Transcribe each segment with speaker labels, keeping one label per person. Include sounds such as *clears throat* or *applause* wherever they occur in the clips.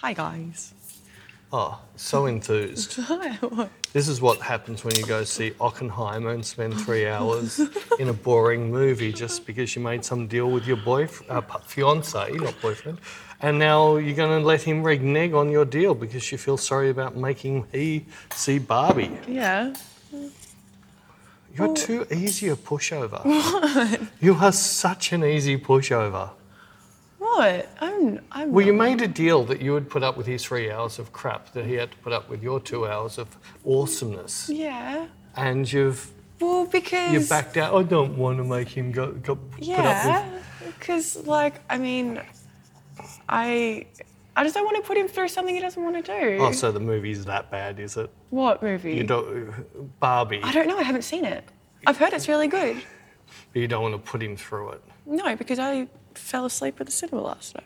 Speaker 1: Hi, guys.
Speaker 2: Oh, so enthused. This is what happens when you go see Oppenheimer and spend three hours in a boring movie just because you made some deal with your boyfriend, uh, pa- fiance, not boyfriend, and now you're going to let him renege on your deal because you feel sorry about making he see Barbie.
Speaker 1: yeah.
Speaker 2: You're too easy a pushover. What? You are such an easy pushover.
Speaker 1: What? I'm. I'm.
Speaker 2: Well, you
Speaker 1: not-
Speaker 2: made a deal that you would put up with his three hours of crap that he had to put up with your two hours of awesomeness,
Speaker 1: Yeah.
Speaker 2: and you've
Speaker 1: Well, because
Speaker 2: you backed out. I don't want to make him go, go put up
Speaker 1: Yeah, because like I mean, I I just don't want to put him through something he doesn't want to do.
Speaker 2: with. Oh, so the movie's that bad, is it?
Speaker 1: what movie?
Speaker 2: You don't, Barbie.
Speaker 1: I don't know. I haven't seen it. I've heard it's really good.
Speaker 2: but you don't want to put him through it.
Speaker 1: No, because I fell asleep at the cinema last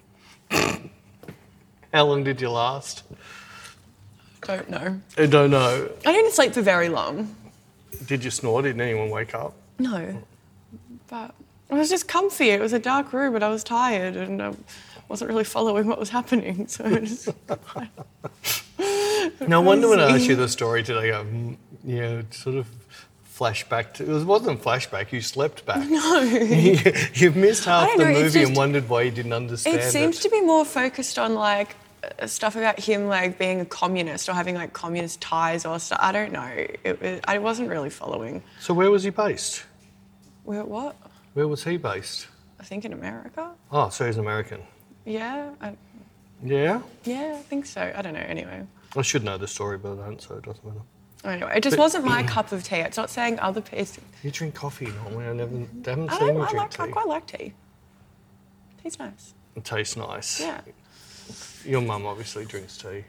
Speaker 1: night.
Speaker 2: How long did you last?
Speaker 1: Don't know.
Speaker 2: I don't know.
Speaker 1: I didn't sleep for very long.
Speaker 2: Did you snore? Did anyone wake up?
Speaker 1: No, but it was just comfy. It was a dark room, and I was tired, and I wasn't really following what was happening. So I *laughs* just
Speaker 2: No wonder when I asked you the story today, I go, mm, yeah, it sort of flashback. To, it was- wasn't flashback, you slept back. No. *laughs* you, you missed half
Speaker 1: don't
Speaker 2: the
Speaker 1: know, it's
Speaker 2: movie and
Speaker 1: just-
Speaker 2: wondered why you didn't understand
Speaker 1: It
Speaker 2: it.
Speaker 1: seems to be more focused on like uh, stuff about him like being a communist or having like communist ties or stuff. I don't know. It was, I wasn't really following.
Speaker 2: So where was he based?
Speaker 1: Where what?
Speaker 2: Where was he based?
Speaker 1: I think in America.
Speaker 2: Oh, so he's an American.
Speaker 1: Yeah. I,
Speaker 2: Yeah?
Speaker 1: yeah, I think so. I don't know. Anyway.
Speaker 2: I should know the story, but I don't, so it doesn't matter.
Speaker 1: Anyway, it just wasn't
Speaker 2: *clears throat*
Speaker 1: my cup of tea. It's not saying other people.
Speaker 2: You drink coffee normally. I never I haven't
Speaker 1: I
Speaker 2: seen
Speaker 1: don't.
Speaker 2: you
Speaker 1: I
Speaker 2: drink
Speaker 1: like.
Speaker 2: tea.
Speaker 1: I quite like tea. Tea's nice.
Speaker 2: It tastes nice.
Speaker 1: Yeah.
Speaker 2: Your mum obviously drinks tea.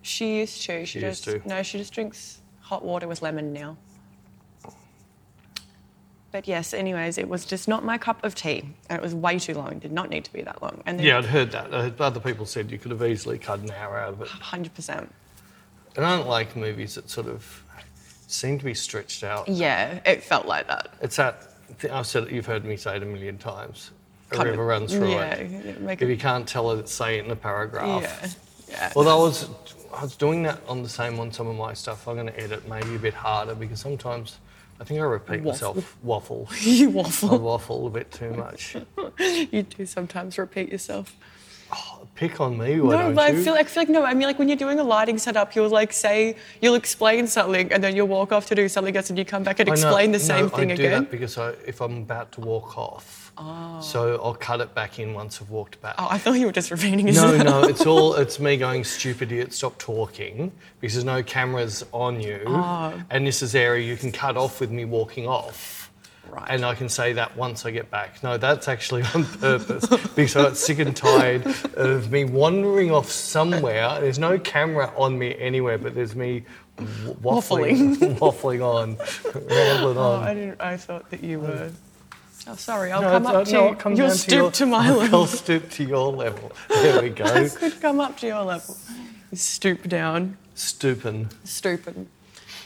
Speaker 1: She used to. She,
Speaker 2: She used
Speaker 1: just,
Speaker 2: to.
Speaker 1: No, she just drinks hot water with lemon now. But yes, anyways, it was just not my cup of tea. And it was way too long. Did not need to be that long. And then
Speaker 2: Yeah, I'd heard that. Uh, Other people said you could have easily cut an hour out of it.
Speaker 1: 100%.
Speaker 2: And I don't like movies that sort of seem to be stretched out.
Speaker 1: Yeah, it felt like that.
Speaker 2: It's that th- I've said it, you've heard me say it a million times. A
Speaker 1: Kind of-
Speaker 2: river runs through
Speaker 1: yeah,
Speaker 2: it.
Speaker 1: it make
Speaker 2: if
Speaker 1: it-
Speaker 2: you can't tell it, say it in a paragraph.
Speaker 1: Yeah. Yeah.
Speaker 2: Although I was, I was doing that on the same on some of my stuff. I'm going to edit maybe a bit harder because sometimes I think I repeat
Speaker 1: Waffle.
Speaker 2: myself. Waffle.
Speaker 1: *laughs*
Speaker 2: *laughs*
Speaker 1: you
Speaker 2: I
Speaker 1: waffle. *laughs*
Speaker 2: waffle a bit too much.
Speaker 1: you do sometimes repeat yourself.
Speaker 2: Pick on me, why
Speaker 1: no,
Speaker 2: don't
Speaker 1: but
Speaker 2: you?
Speaker 1: I feel, I feel like, no, I mean, like when you're doing a lighting setup, you'll like say, you'll explain something and then you'll walk off to do something else and you come back and
Speaker 2: I know-
Speaker 1: explain the same
Speaker 2: no,
Speaker 1: thing
Speaker 2: I do
Speaker 1: again.
Speaker 2: that because I, if I'm about to walk off, so I'll cut it back in once I've walked back.
Speaker 1: Oh, I thought you were just repeating *laughs*
Speaker 2: No, *laughs*
Speaker 1: yourself.
Speaker 2: no, it's all it's me going stupid idiot, stop talking because there's no cameras on you,
Speaker 1: Oh.
Speaker 2: and this is area you can cut off with me walking off.
Speaker 1: Right.
Speaker 2: And I can say that once I get back. No, that's actually on purpose *laughs* because I got sick and tired of me wandering off somewhere. There's no camera on me anywhere, but there's me w- waffling, *laughs* waffling, on, rambling
Speaker 1: Oh,
Speaker 2: on.
Speaker 1: I didn't. I thought that you were. Oh, sorry. I'll
Speaker 2: No,
Speaker 1: come
Speaker 2: it's-
Speaker 1: up
Speaker 2: uh,
Speaker 1: to
Speaker 2: no,
Speaker 1: you.
Speaker 2: I'll come
Speaker 1: You'll
Speaker 2: down
Speaker 1: stoop
Speaker 2: to, *laughs* your,
Speaker 1: my
Speaker 2: I'll
Speaker 1: level.
Speaker 2: stoop to your level. There
Speaker 1: *laughs*
Speaker 2: we
Speaker 1: I
Speaker 2: go.
Speaker 1: could come up to your level. Stoop down.
Speaker 2: Stooping.
Speaker 1: Stooping.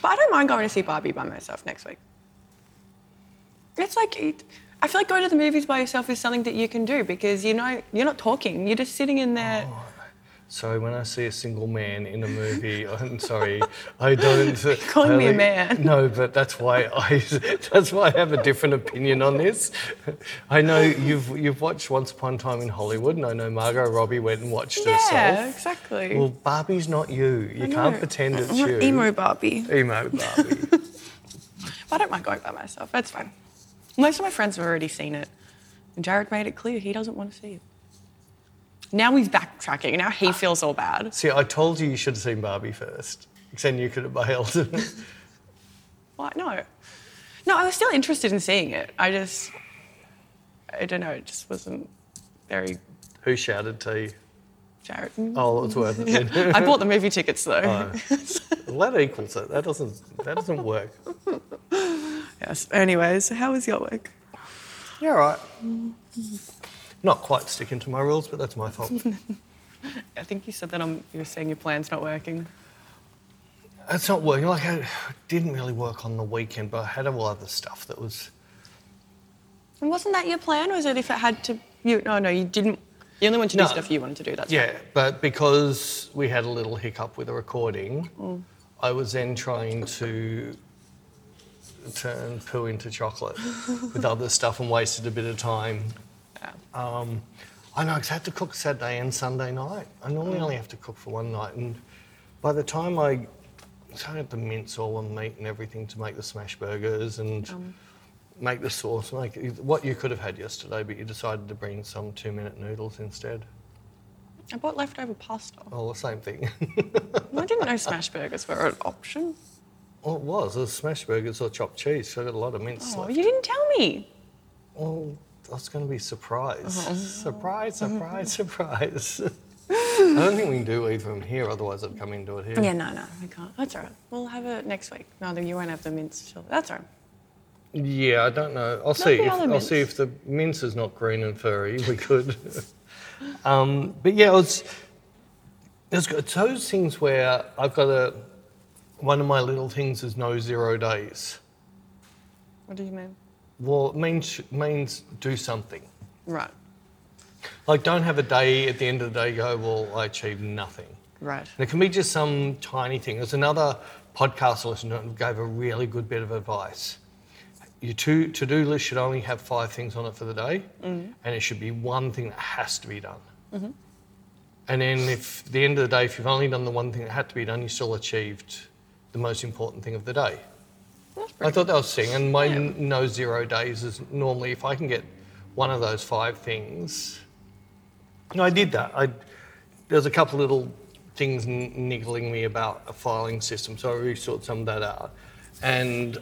Speaker 1: But I don't mind going to see Barbie by myself next week. It's like it, I feel like going to the movies by yourself is something that you can do because you know you're not talking. You're just sitting in there.
Speaker 2: Oh, So when I see a single man in a movie, *laughs* I'm sorry,
Speaker 1: *laughs*
Speaker 2: I don't.
Speaker 1: calling
Speaker 2: I
Speaker 1: me a
Speaker 2: like-
Speaker 1: man.
Speaker 2: No, but that's why I. *laughs* That's why I have a different opinion on this. I know you've you've watched Once Upon a Time in Hollywood, and I know Margot Robbie went and watched
Speaker 1: yeah,
Speaker 2: herself.
Speaker 1: exactly.
Speaker 2: Well, Barbie's not you. You
Speaker 1: I
Speaker 2: can't
Speaker 1: know.
Speaker 2: pretend it's
Speaker 1: I want
Speaker 2: you.
Speaker 1: Emo Barbie. *laughs*
Speaker 2: Emo Barbie.
Speaker 1: But I don't mind going by myself. That's fine. Most of my friends have already seen it. And Jared made it clear he doesn't want to see it. Now he's backtracking. Now he feels all bad.
Speaker 2: see, I told you you should have seen Barbie first. 'cause Then you could have bailed. *laughs*
Speaker 1: Like, no. No, I was still interested in seeing it. I just, I don't know, it just wasn't very
Speaker 2: Who shouted to you?
Speaker 1: Jared.
Speaker 2: Oh, it's worth it.
Speaker 1: *laughs*
Speaker 2: then.
Speaker 1: I bought the movie tickets though.
Speaker 2: Well, that equals it. That doesn't. That doesn't work.
Speaker 1: *laughs* Yes. Anyways, how was your week?
Speaker 2: Yeah, all right. Not quite sticking to my rules, but that's my fault.
Speaker 1: I think you said that I'm, you were saying your plan's not working.
Speaker 2: it's not working. Like I didn't really work on the weekend, but I had all other stuff that was.
Speaker 1: And wasn't that your plan? Was it if it had to? You no, no, you didn't. You only want to do
Speaker 2: No.
Speaker 1: stuff you wanted to do. That's
Speaker 2: Yeah, but because we had a little hiccup with the recording, I was then trying to turn poo into chocolate with other stuff and wasted a bit of time.
Speaker 1: Yeah.
Speaker 2: Um, I know 'cause I had to cook Saturday and Sunday night. I normally only have to cook for one night, and by the time I, so I had to mince all the meat and everything to make the smash burgers and.
Speaker 1: Um.
Speaker 2: Make the sauce. Make what you could have had yesterday, but you decided to bring some two-minute noodles instead.
Speaker 1: I bought leftover pasta.
Speaker 2: Well, the same thing. *laughs*
Speaker 1: I didn't know smash burgers were an option.
Speaker 2: well, it was. It was smash burgers or chopped cheese. So I got a lot of mince
Speaker 1: Oh,
Speaker 2: left.
Speaker 1: you didn't tell me.
Speaker 2: Well, I was going to be surprised.
Speaker 1: Uh-huh. *laughs*
Speaker 2: Surprise, surprise, surprise. *laughs* I don't think we can do either of them here, otherwise I'd come in and do it here.
Speaker 1: Yeah, no, no, we can't. That's all right. We'll have it next week. No, then you won't have the mince. Sure. That's all right.
Speaker 2: Yeah, I don't know. I'll see.
Speaker 1: the
Speaker 2: If,
Speaker 1: other
Speaker 2: I'll see
Speaker 1: mince.
Speaker 2: if the mince is not green and furry. We could. *laughs* um, but yeah, it's, it's got- it's those things where I've got a. One of my little things is no zero days.
Speaker 1: What do you mean?
Speaker 2: Well, it means means do something.
Speaker 1: Right,
Speaker 2: Like, don't have a day at the end of the day go, well, I achieved nothing.
Speaker 1: right.
Speaker 2: And it can be just some tiny thing. There's another podcast I listened to and gave a really good bit of advice. Your to do list should only have five things on it for the day, and it should be one thing that has to be done. And then, if at the end of the day, if you've only done the one thing that had to be done, you still achieved the most important thing of the day.
Speaker 1: That's
Speaker 2: I
Speaker 1: pretty
Speaker 2: thought that was thing, and my
Speaker 1: Yeah.
Speaker 2: n- no zero days is normally if I can get one of those five things. No, I did that. I there was a couple little things n- niggling me about a filing system, so I really sorted some of that out, and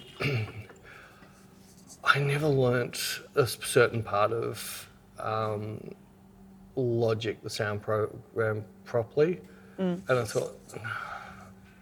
Speaker 2: I never learnt a s- certain part of um, Logic, the sound program, properly,
Speaker 1: Mm.
Speaker 2: and I thought,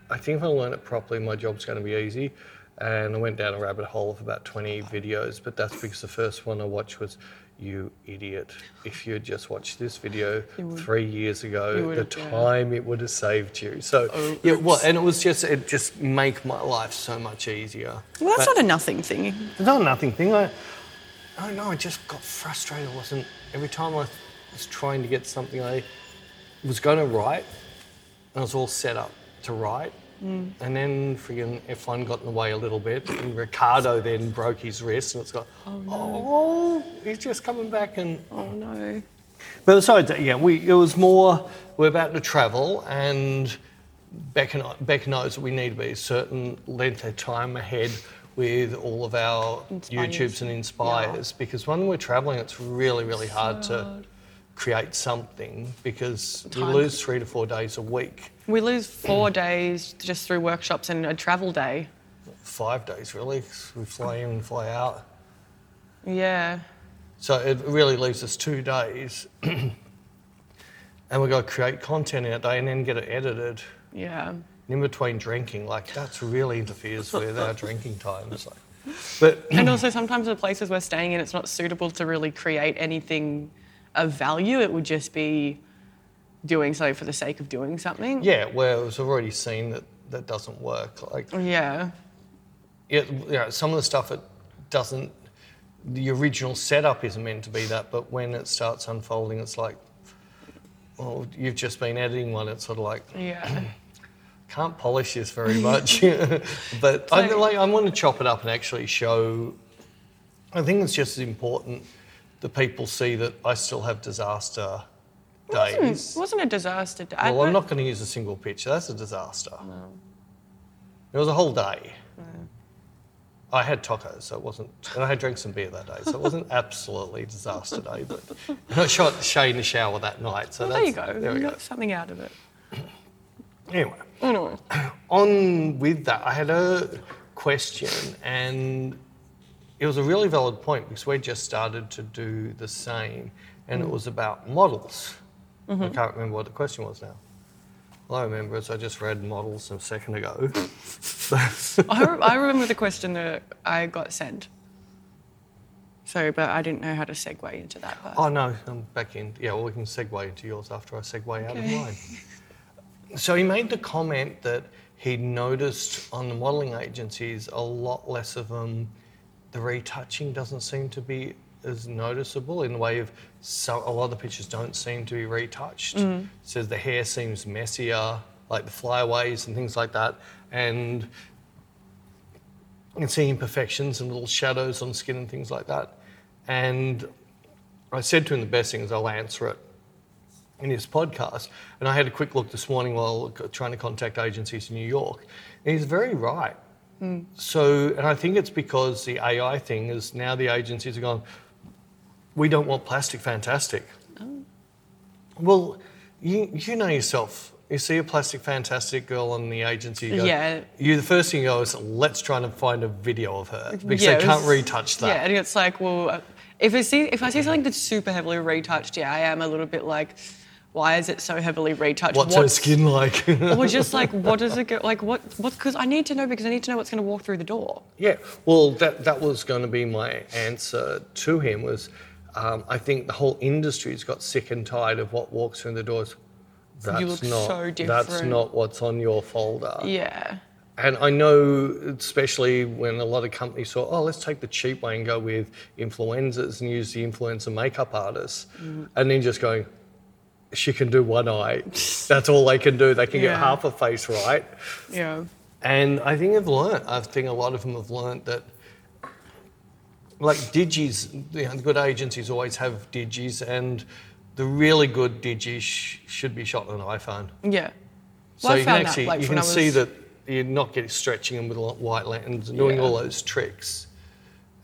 Speaker 2: I think if I learn it properly, my job's going to be easy. And I went down a rabbit hole of about 20 videos, but that's because the first one I watched was You Idiot. If you had just watched this video three years
Speaker 1: You
Speaker 2: ago,
Speaker 1: would
Speaker 2: the
Speaker 1: have, yeah. Oh,
Speaker 2: time it would have saved you. So, yeah, well, and it was just, it just make my life so much easier.
Speaker 1: Well, that's
Speaker 2: But-
Speaker 1: not a nothing thing.
Speaker 2: it's not a nothing thing. I, I don't know. I just got frustrated. I wasn't every time I was trying to get something I was going to write, and I was all set up to write, and then friggin' F1 got in the way a little bit, and Ricardo then broke his wrist, and it's got oh, he's just coming back and
Speaker 1: Oh no.
Speaker 2: but besides that, yeah, we, it was more we're about to travel and Beck, and I, Beck knows that we need to be a certain length of time ahead with all of our
Speaker 1: Inspires.
Speaker 2: YouTubes and Inspires because when we're traveling, it's really, really hard to create something because you
Speaker 1: Time.
Speaker 2: lose three to four days a week,
Speaker 1: We lose four days just through workshops and a travel day.
Speaker 2: five days really, 'cause we fly in and fly out.
Speaker 1: Yeah.
Speaker 2: So it really leaves us two days *clears throat* and we've got to create content out day and then get it edited.
Speaker 1: Yeah.
Speaker 2: in between drinking, like that's really interferes with our drinking time. It's like, but
Speaker 1: *clears throat* and also sometimes the places we're staying in, it's not suitable to really create anything of value. It would just be doing something for the sake of doing something.
Speaker 2: yeah, well, it was already seen that that doesn't work. Like,
Speaker 1: Yeah.
Speaker 2: it, you know, some of the stuff it doesn't. The original setup isn't meant to be that, but when it starts unfolding, it's like, well, you've just been editing one. It's sort of like
Speaker 1: Yeah.
Speaker 2: *clears throat* can't polish this very
Speaker 1: *laughs*
Speaker 2: much, *laughs* but I feel like I want to chop it up and actually show. I think it's just as important that people see that I still have disaster days.
Speaker 1: It wasn't a disaster day. I
Speaker 2: Well, I'm
Speaker 1: don't-
Speaker 2: not going to use a single picture. That's a disaster. It was a whole day. I had tacos, so it wasn't, and I had drank some beer that day, so
Speaker 1: *laughs*
Speaker 2: it wasn't absolutely a disaster day. But *laughs* and I shot Shay in the shower that night, so
Speaker 1: Well, there you
Speaker 2: that's,
Speaker 1: go.
Speaker 2: There we
Speaker 1: you
Speaker 2: go.
Speaker 1: got something out of it.
Speaker 2: Anyway.
Speaker 1: Anyway.
Speaker 2: *clears throat* on with that, I had a question, and it was a really valid point because we just started to do the same, and it was about models. I can't remember what the question was now. All I remember is I just read models a second ago.
Speaker 1: I, re- I remember the question that I got sent. So, but I didn't know how to segue into that part.
Speaker 2: oh no, I'm back in. Yeah, well, we can segue into yours after I segue out of
Speaker 1: Okay.
Speaker 2: mine. So he made the comment that he'd noticed on the um, modelling agencies a lot less of them. The retouching doesn't seem to be as noticeable in the way of so, a lot of the pictures don't seem to be retouched. Says the hair seems messier, like the flyaways and things like that, and you can see imperfections and little shadows on skin and things like that. And I said to him, the best thing is I'll answer it in his podcast. And I had a quick look this morning while trying to contact agencies in New York. And he's very right.
Speaker 1: Hmm.
Speaker 2: So, and I think it's because the AI thing is now the agencies are going, we don't want plastic fantastic.
Speaker 1: Oh.
Speaker 2: Well, you, you know yourself. You see a plastic fantastic girl on the agency. You go,
Speaker 1: Yeah.
Speaker 2: You the first thing you go is let's try and find a video of her because
Speaker 1: Yeah, it
Speaker 2: they
Speaker 1: was-
Speaker 2: can't retouch that.
Speaker 1: Yeah, and it's like, well, uh, if I see if I see something that's super heavily retouched, yeah, I am a little bit like, why is it so heavily retouched?
Speaker 2: What's her skin like?
Speaker 1: Or just like, what does
Speaker 2: *laughs*
Speaker 1: it go like? What what's Because I need to know because I need to know what's going to walk through the door.
Speaker 2: Yeah, well, that that was going to be my answer to him was, um, I think the whole industry's got sick and tired of what walks through the doors. That's
Speaker 1: look
Speaker 2: not,
Speaker 1: so
Speaker 2: That's
Speaker 1: different."
Speaker 2: not what's on your folder.
Speaker 1: Yeah.
Speaker 2: And I know, especially when a lot of companies saw, oh, let's take the cheap way and go with influencers and use the influencer makeup artists,
Speaker 1: Mm.
Speaker 2: and then just going, she can do one eye. That's all they can do. They can get
Speaker 1: Yeah.
Speaker 2: half a face right.
Speaker 1: Yeah.
Speaker 2: And I think I've learnt, I think a lot of them have learnt that, like digis, you know, the good agencies always have digis, and the really good digis sh- should be shot on an iPhone.
Speaker 1: Yeah.
Speaker 2: So
Speaker 1: Well, I
Speaker 2: you can
Speaker 1: found that,
Speaker 2: actually
Speaker 1: like,
Speaker 2: you
Speaker 1: when
Speaker 2: can
Speaker 1: I
Speaker 2: see
Speaker 1: was-
Speaker 2: that you're not getting stretching them with a lot of white lanterns and doing
Speaker 1: Yeah.
Speaker 2: all those tricks.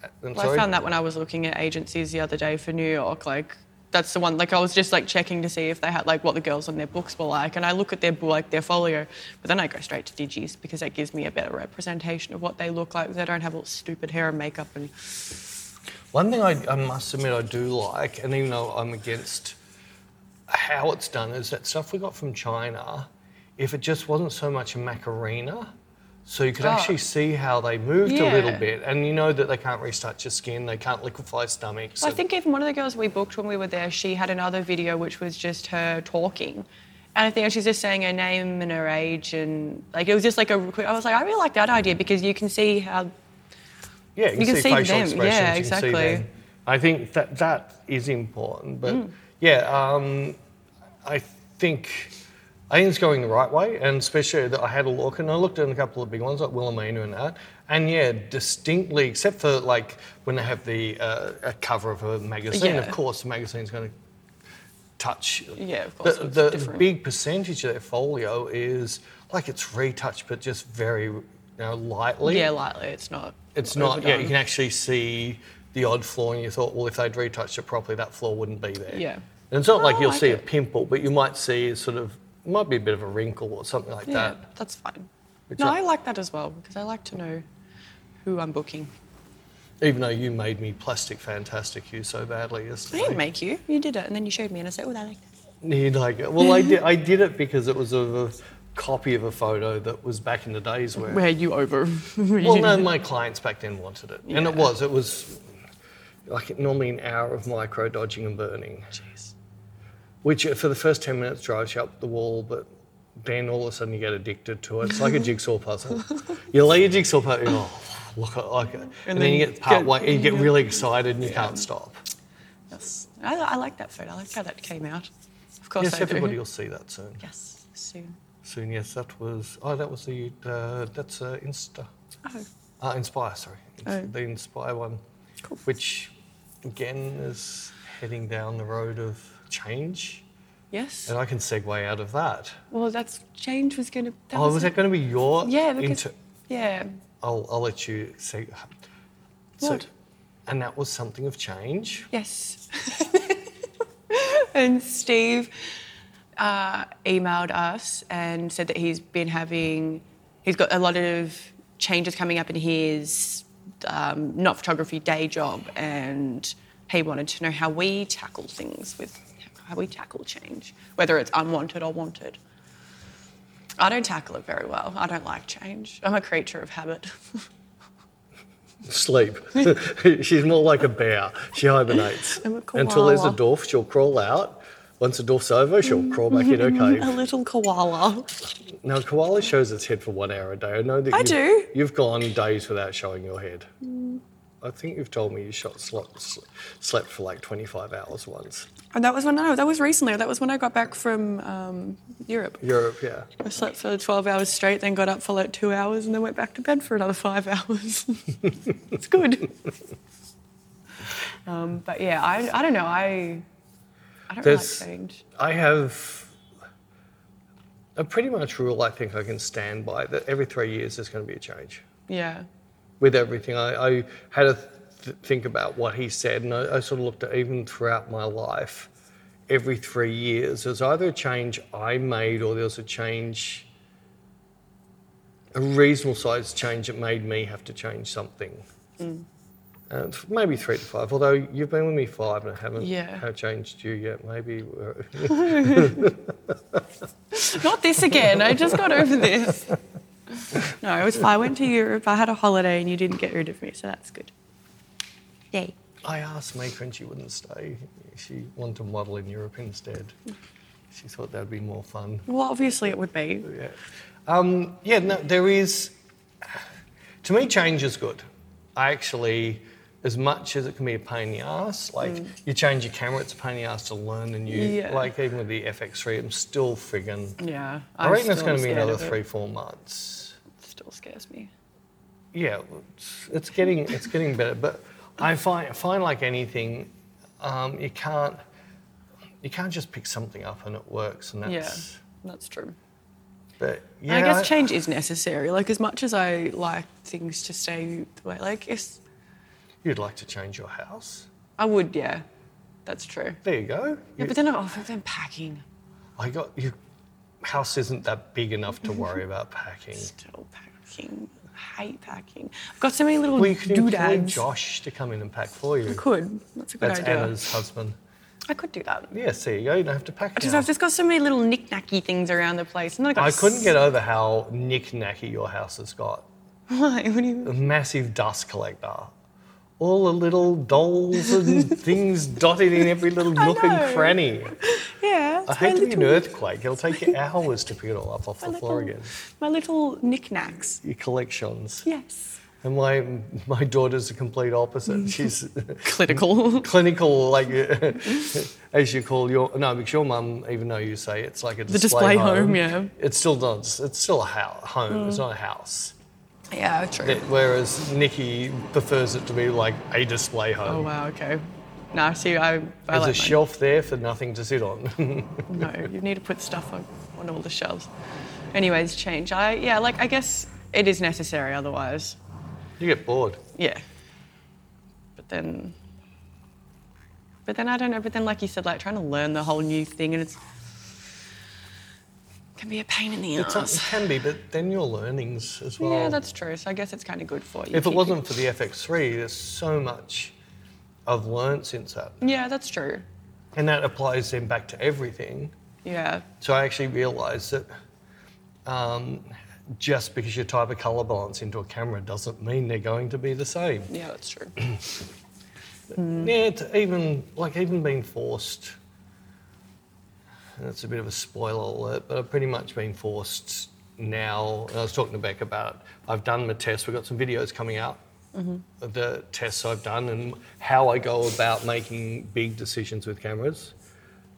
Speaker 2: I'm
Speaker 1: Well, I
Speaker 2: sorry?
Speaker 1: found that when I was looking at agencies the other day for New York, like that's the one. Like I was just like checking to see if they had like what the girls on their books were like, and I look at their bo- like their folio, but then I go straight to digis because that gives me a better representation of what they look like. They don't have all stupid hair and makeup and
Speaker 2: One thing I, I must admit I do like, and even though I'm against how it's done, is that stuff we got from China, if it just wasn't so much a macarena, so you could
Speaker 1: Oh.
Speaker 2: actually see how they moved a little
Speaker 1: Yeah.
Speaker 2: bit, and you know that they can't restart your skin, they can't liquefy stomachs.
Speaker 1: Well, I
Speaker 2: and-
Speaker 1: think even one of the girls we booked when we were there, she had another video which was just her talking. And I think she's just saying her name and her age, and like it was just like a. I was like, I really like that idea because you can see how.
Speaker 2: Yeah, you,
Speaker 1: can see
Speaker 2: facial
Speaker 1: them.
Speaker 2: expressions.
Speaker 1: Yeah,
Speaker 2: you can see
Speaker 1: exactly. Mm.
Speaker 2: them. I think that that is important, but yeah, um, I think I think it's going the right way, and especially that I had a look and I looked at a couple of big ones like Wilhelmina and that, and yeah, distinctly except for like when they have the uh, a cover of a magazine, of
Speaker 1: Yeah.
Speaker 2: course, the magazine's going to touch.
Speaker 1: Yeah, of course,
Speaker 2: The,
Speaker 1: it's
Speaker 2: the
Speaker 1: different.
Speaker 2: big percentage of their folio is like it's retouched, but just very you know lightly.
Speaker 1: Yeah, lightly, it's not.
Speaker 2: It's not. Yeah, you
Speaker 1: overdone.
Speaker 2: can actually see the odd flaw, and you thought, well, if they'd retouched it properly, that flaw wouldn't be there.
Speaker 1: Yeah.
Speaker 2: And it's not
Speaker 1: No,
Speaker 2: like
Speaker 1: I
Speaker 2: you'll
Speaker 1: like
Speaker 2: see a
Speaker 1: it.
Speaker 2: pimple, but you might see sort of might be a bit of a wrinkle or something like
Speaker 1: Yeah,
Speaker 2: that.
Speaker 1: that's fine.
Speaker 2: Which
Speaker 1: no,
Speaker 2: I-
Speaker 1: I like that as well because I like to know who I'm booking.
Speaker 2: Even though you made me plastic fantastic you so badly
Speaker 1: I
Speaker 2: yesterday.
Speaker 1: didn't make you. You did it, and then you showed me, and I said, "Oh, that like that."
Speaker 2: You'd like it. Well,
Speaker 1: *laughs*
Speaker 2: I did. I did it because it was of a copy of a photo that was back in the days where
Speaker 1: Where you over?
Speaker 2: *laughs* Well,
Speaker 1: um,
Speaker 2: no, my clients back then wanted it, and it
Speaker 1: Yeah.
Speaker 2: was. It was like normally an hour of micro dodging and burning.
Speaker 1: Jeez.
Speaker 2: Which uh, for the first ten minutes drives you up the wall, but then all of a sudden you get addicted to it. It's *laughs* like a jigsaw puzzle. you lay your jigsaw puzzle, you go, "Oh, look, I like it, and, then,
Speaker 1: then
Speaker 2: you
Speaker 1: you
Speaker 2: get part
Speaker 1: get-
Speaker 2: way, *laughs* and you get really excited, and you can't stop.
Speaker 1: Yes, I, I like that photo. I like how that came out. Of course,
Speaker 2: Yes,
Speaker 1: I do.
Speaker 2: everybody will see that soon.
Speaker 1: Yes, soon.
Speaker 2: Soon, yes, that was. Oh, that was the. Uh, that's uh, Insta.
Speaker 1: Oh,
Speaker 2: Uh, Inspire, sorry. Ins-
Speaker 1: Oh.
Speaker 2: The Inspire one,
Speaker 1: Cool.
Speaker 2: which again is heading down the road of change.
Speaker 1: yes.
Speaker 2: And I can segue out of that.
Speaker 1: Well, that's change was going to. That
Speaker 2: oh, was that going to be your?
Speaker 1: Yeah, because
Speaker 2: inter-
Speaker 1: yeah,
Speaker 2: I'll, I'll let you say.
Speaker 1: What?
Speaker 2: and that was something of change.
Speaker 1: yes. *laughs* and Steve uh, emailed us and said that he's been having, he's got a lot of changes coming up in his um, not photography day job, and he wanted to know how we tackle things with how we tackle change, whether it's unwanted or wanted. I don't tackle it very well. I don't like change. I'm a creature of habit. *laughs*
Speaker 2: Sleep. *laughs* She's more like a bear. She hibernates.
Speaker 1: *laughs* I'm a
Speaker 2: Until there's a
Speaker 1: koala.
Speaker 2: dwarf, she'll crawl out. Once the dwarf's over, she'll crawl back in her cave.
Speaker 1: a little koala.
Speaker 2: Now, koala shows its head for one hour a day. I know that
Speaker 1: I
Speaker 2: you've,
Speaker 1: do.
Speaker 2: You've gone days without showing your head. I think you've told me you shot slots, slept for like 25 hours once.
Speaker 1: And that was when no, that was recently. That was when I got back from um, Europe.
Speaker 2: Europe, yeah.
Speaker 1: I slept for 12 hours straight, then got up for like two hours, and then went back to bed for another five *laughs* hours. it's good. *laughs* um, but yeah, I, I don't know. I I don't
Speaker 2: There's-
Speaker 1: like change.
Speaker 2: I have a pretty much rule I think I can stand by that every three years there's going to be a change
Speaker 1: Yeah.
Speaker 2: with everything. I, I had a th- think about what he said, and I, I sort of looked at even throughout my life, every three years, there's either a change I made or there's a change, a reasonable sized change that made me have to change something. And it's maybe three to five, although you've been with me five and I haven't
Speaker 1: Yeah.
Speaker 2: have changed you yet. Maybe uh, we're-
Speaker 1: Not this again. I just got over this. *laughs* No, it was fine. I went to Europe. I had a holiday, and you didn't get rid of me, so that's good. Yay.
Speaker 2: I asked Mika and she wouldn't stay. She wanted to model in Europe instead. She thought that'd be more fun.
Speaker 1: Well, obviously it would be.
Speaker 2: Yeah. Um, yeah, no, there is. To me, change is good. I actually, as much as it can be a pain in the ass, like you change your camera, it's a pain in the ass to learn, and you,
Speaker 1: Mm. Yeah.
Speaker 2: like even with the FX3, I'm still friggin'.
Speaker 1: Yeah.
Speaker 2: I
Speaker 1: I'm
Speaker 2: reckon it's
Speaker 1: still
Speaker 2: going to be
Speaker 1: scared
Speaker 2: another
Speaker 1: of it.
Speaker 2: three, four months.
Speaker 1: Still scares me.
Speaker 2: yeah, it's, it's getting it's getting better. But I find find like anything, um, you can't you can't just pick something up and it works, and that's.
Speaker 1: yeah, that's true.
Speaker 2: But yeah,
Speaker 1: And I guess change is necessary. Like as much as I like things to stay the way, like it's,
Speaker 2: you'd like to change your house.
Speaker 1: I would. Yeah, that's true.
Speaker 2: There you go.
Speaker 1: Yeah,
Speaker 2: You-
Speaker 1: but then I- oh, then packing,
Speaker 2: I got your house isn't that big enough to
Speaker 1: *laughs*
Speaker 2: worry about packing.
Speaker 1: still packing. I hate packing. I've got so many little
Speaker 2: Well, you could employ
Speaker 1: doodads.
Speaker 2: Josh to come in and pack for you.
Speaker 1: I could. That's a good
Speaker 2: That's
Speaker 1: idea.
Speaker 2: Anna's husband.
Speaker 1: I could do that.
Speaker 2: Yes, there you go. You don't have to pack.
Speaker 1: I just,
Speaker 2: now.
Speaker 1: I've just got so many little knick-knacky things around the place, and then I got.
Speaker 2: I
Speaker 1: *laughs*
Speaker 2: couldn't get over how knick-knacky your house has got.
Speaker 1: Why? What do you?
Speaker 2: a massive dust collector. All the little dolls
Speaker 1: *laughs*
Speaker 2: and things dotted in every little
Speaker 1: I
Speaker 2: nook and
Speaker 1: know.
Speaker 2: cranny.
Speaker 1: Yeah.
Speaker 2: I
Speaker 1: it's my
Speaker 2: hate to be an
Speaker 1: little-
Speaker 2: earthquake. It'll
Speaker 1: *laughs*
Speaker 2: take you hours to pick it all up off
Speaker 1: my
Speaker 2: the floor
Speaker 1: little-
Speaker 2: again.
Speaker 1: My little knickknacks.
Speaker 2: Your collections.
Speaker 1: Yes.
Speaker 2: And my my daughter's the complete
Speaker 1: *laughs*
Speaker 2: opposite. She's
Speaker 1: Clinical.
Speaker 2: clinical, like *laughs* as you call your no, because your mum, even though you say it's like a display,
Speaker 1: display home, yeah. Mm.
Speaker 2: it's still not. It's still a hou- home. It's not a house.
Speaker 1: *laughs* yeah. True.
Speaker 2: It- whereas Nikki prefers it to be like a display home.
Speaker 1: Oh wow, okay. No, see, I, I
Speaker 2: There's
Speaker 1: like
Speaker 2: a shelf there for nothing to sit on. *laughs*
Speaker 1: mine. No, you need to put stuff on, on all the shelves. Anyways, change. I yeah, like I guess it is necessary otherwise.
Speaker 2: you get bored.
Speaker 1: Yeah. But then. But then I don't know. But then, like you said, like trying to learn the whole new thing and it's can be a pain in the
Speaker 2: It's not, it
Speaker 1: ass.
Speaker 2: can be, but then your learnings as well.
Speaker 1: Yeah, that's true. So I guess it's kind of good for you.
Speaker 2: if it
Speaker 1: keeping-
Speaker 2: wasn't for the FX3, there's so much I've learned since that,
Speaker 1: Yeah, that's true.
Speaker 2: and that applies then back to everything.
Speaker 1: Yeah.
Speaker 2: So I actually realised that um, just because you type a colour balance into a camera doesn't mean they're going to be the same.
Speaker 1: Yeah, that's true.
Speaker 2: Yeah, it's even like even being forced. and That's a bit of a spoiler alert, but I've pretty much been forced now. And I was talking to Beck about it. I've done my tests. We've got some videos coming out of the tests I've done and how I go about making big decisions with cameras.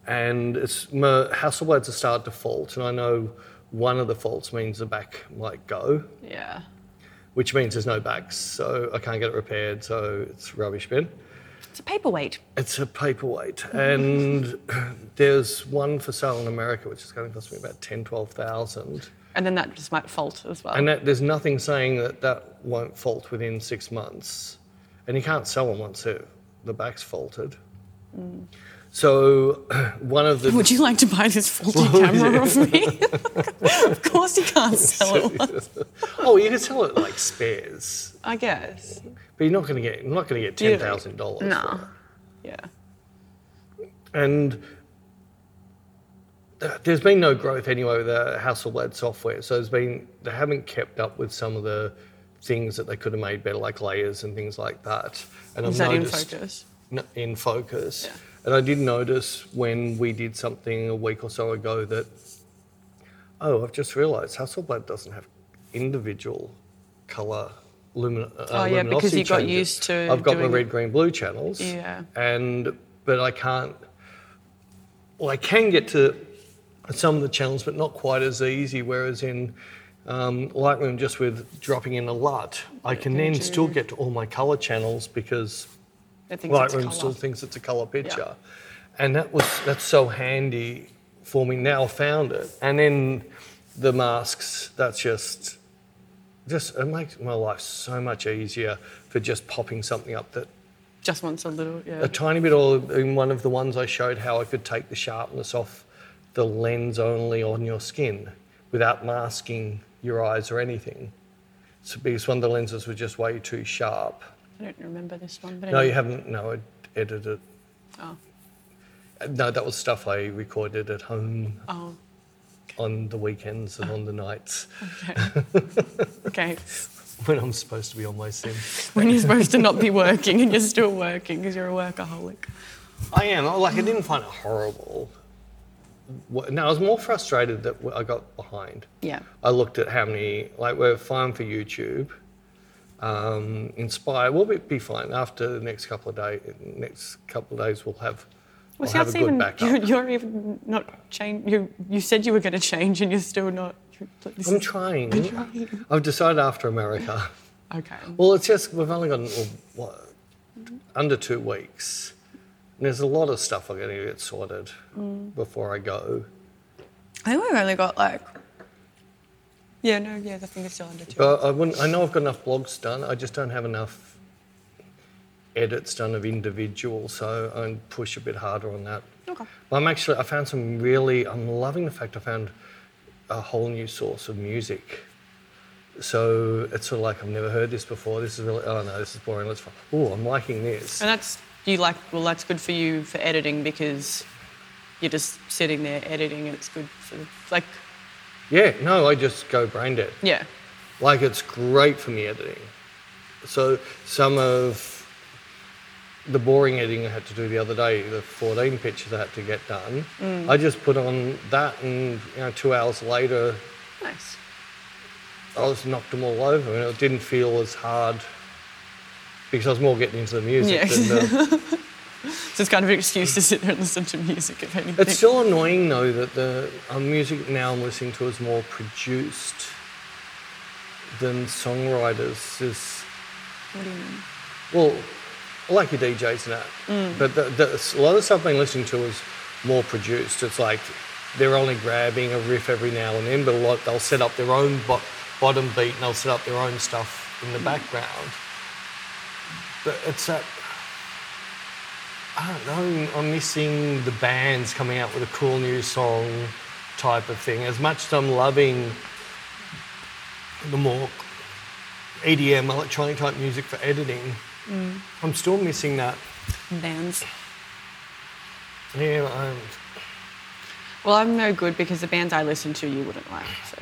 Speaker 2: And it's my Hasselblads are starting to fault, and I know one of the faults means the back might go,
Speaker 1: Yeah.
Speaker 2: which means there's no backs, so I can't get it repaired. So it's rubbish bin.
Speaker 1: It's a paperweight.
Speaker 2: It's a paperweight, and there's one for sale in America, which is going to cost me about ten, twelve thousand.
Speaker 1: And then that just might fault as well.
Speaker 2: And that, there's nothing saying that that won't fault within six months, and you can't sell them once it, the back's faulted. So *clears throat* one of
Speaker 1: *laughs*
Speaker 2: the
Speaker 1: Would you like to buy this faulty camera off me? *laughs* of course you can't sell it.
Speaker 2: oh, you can sell it like spares,
Speaker 1: I guess.
Speaker 2: but you're not going to get you're not going to get ten thousand dollars.
Speaker 1: No. Yeah.
Speaker 2: And th- there's been no growth anyway with the Hasselblad software. So there's been they haven't kept up with some of the things that they could have made better, like layers and things like that. And
Speaker 1: Is
Speaker 2: I've
Speaker 1: that in
Speaker 2: noticed-
Speaker 1: focus?
Speaker 2: n- in focus.
Speaker 1: Yeah.
Speaker 2: And I did notice when we did something a week or so ago that, oh, I've just realised Hasselblad doesn't have individual colour lumin- uh,
Speaker 1: Oh, yeah, because
Speaker 2: luminosity
Speaker 1: you got
Speaker 2: changes.
Speaker 1: used to
Speaker 2: I've got my
Speaker 1: doing-
Speaker 2: red, green, blue channels.
Speaker 1: Yeah.
Speaker 2: And but I can't. Well, I can get to some of the channels, but not quite as easy. Whereas in um, Lightroom, just with dropping in a LUT, I can then still get to all my color channels because
Speaker 1: It thinks it's
Speaker 2: Lightroom still
Speaker 1: colour.
Speaker 2: thinks it's a color picture, and that was that's so handy for me. Now found it, and then the masks. That's just just it makes my life so much easier for just popping something up that
Speaker 1: just wants a little, yeah.
Speaker 2: a tiny bit. Or in one of the ones I showed how I could take the sharpness off the lens only on your skin without masking your eyes or anything. So because one of the lenses was just way too sharp.
Speaker 1: I don't remember this one, but
Speaker 2: No,
Speaker 1: anyway.
Speaker 2: you haven't. No, I edited it.
Speaker 1: Oh.
Speaker 2: No, that was stuff I recorded at home
Speaker 1: Oh,
Speaker 2: on the weekends and on the nights *laughs*
Speaker 1: okay.
Speaker 2: when I'm supposed to be on my sim.
Speaker 1: when you're supposed to not be working and you're still working because you're a workaholic.
Speaker 2: I am. oh, Like, I didn't find it horrible. Wha- No, I was more frustrated that I got behind.
Speaker 1: Yeah.
Speaker 2: I looked at how many, like, we're fine for YouTube. Um, Inspire, we'll be, be fine after the next couple of days. Next couple of days, we'll have, we'll have a good
Speaker 1: even
Speaker 2: backup.
Speaker 1: you're, you're even not change. You you said you were going to change and you're still not. you're like, this
Speaker 2: I'm
Speaker 1: is-
Speaker 2: trying.
Speaker 1: trying.
Speaker 2: I've decided after America.
Speaker 1: okay.
Speaker 2: Well, it's just we've only got well, what, under two weeks. And there's a lot of stuff I'm going to get sorted before I go.
Speaker 1: I think we've only got like. Yeah. No. Yeah. I think it's still under two.
Speaker 2: But Uh, I, wouldn't, I know I've got enough blogs done. I just don't have enough edits done of individual, so I push a bit harder on that.
Speaker 1: Okay.
Speaker 2: But I'm actually I found some really I'm loving the fact I found a whole new source of music. So it's sort of like I've never heard this before. This is really oh no, this is boring. Let's oh I'm liking this.
Speaker 1: And that's you like. Well, that's good for you for editing because you're just sitting there editing. and It's good for like.
Speaker 2: Yeah, no, I just go brain dead.
Speaker 1: Yeah.
Speaker 2: Like it's great for me editing. So some of the boring editing I had to do the other day, the 14 pictures I had to get done, I just put on that, and you know, two hours later,
Speaker 1: Nice.
Speaker 2: I was knocked them all over, and it didn't feel as hard because I was more getting into the music.
Speaker 1: Yeah.
Speaker 2: Than the,
Speaker 1: So it's kind of an excuse to sit there and listen to music if anything.
Speaker 2: it's still annoying though that the uh, music now I'm listening to is more produced than songwriters. Is
Speaker 1: What do you mean?
Speaker 2: Well, I like your DJs and that,
Speaker 1: Mm.
Speaker 2: but the, the, a lot of the stuff I've been listening to is more produced. It's like they're only grabbing a riff every now and then, but a lot they'll set up their own bo- bottom beat and they'll set up their own stuff in the
Speaker 1: Mm.
Speaker 2: background. But it's that. I don't know. I'm missing the bands coming out with a cool new song type of thing. As much as I'm loving the more EDM electronic type music for editing, I'm still missing that.
Speaker 1: Bands.
Speaker 2: Yeah, I'm,
Speaker 1: Well, I'm no good because the bands I listen to you wouldn't like. So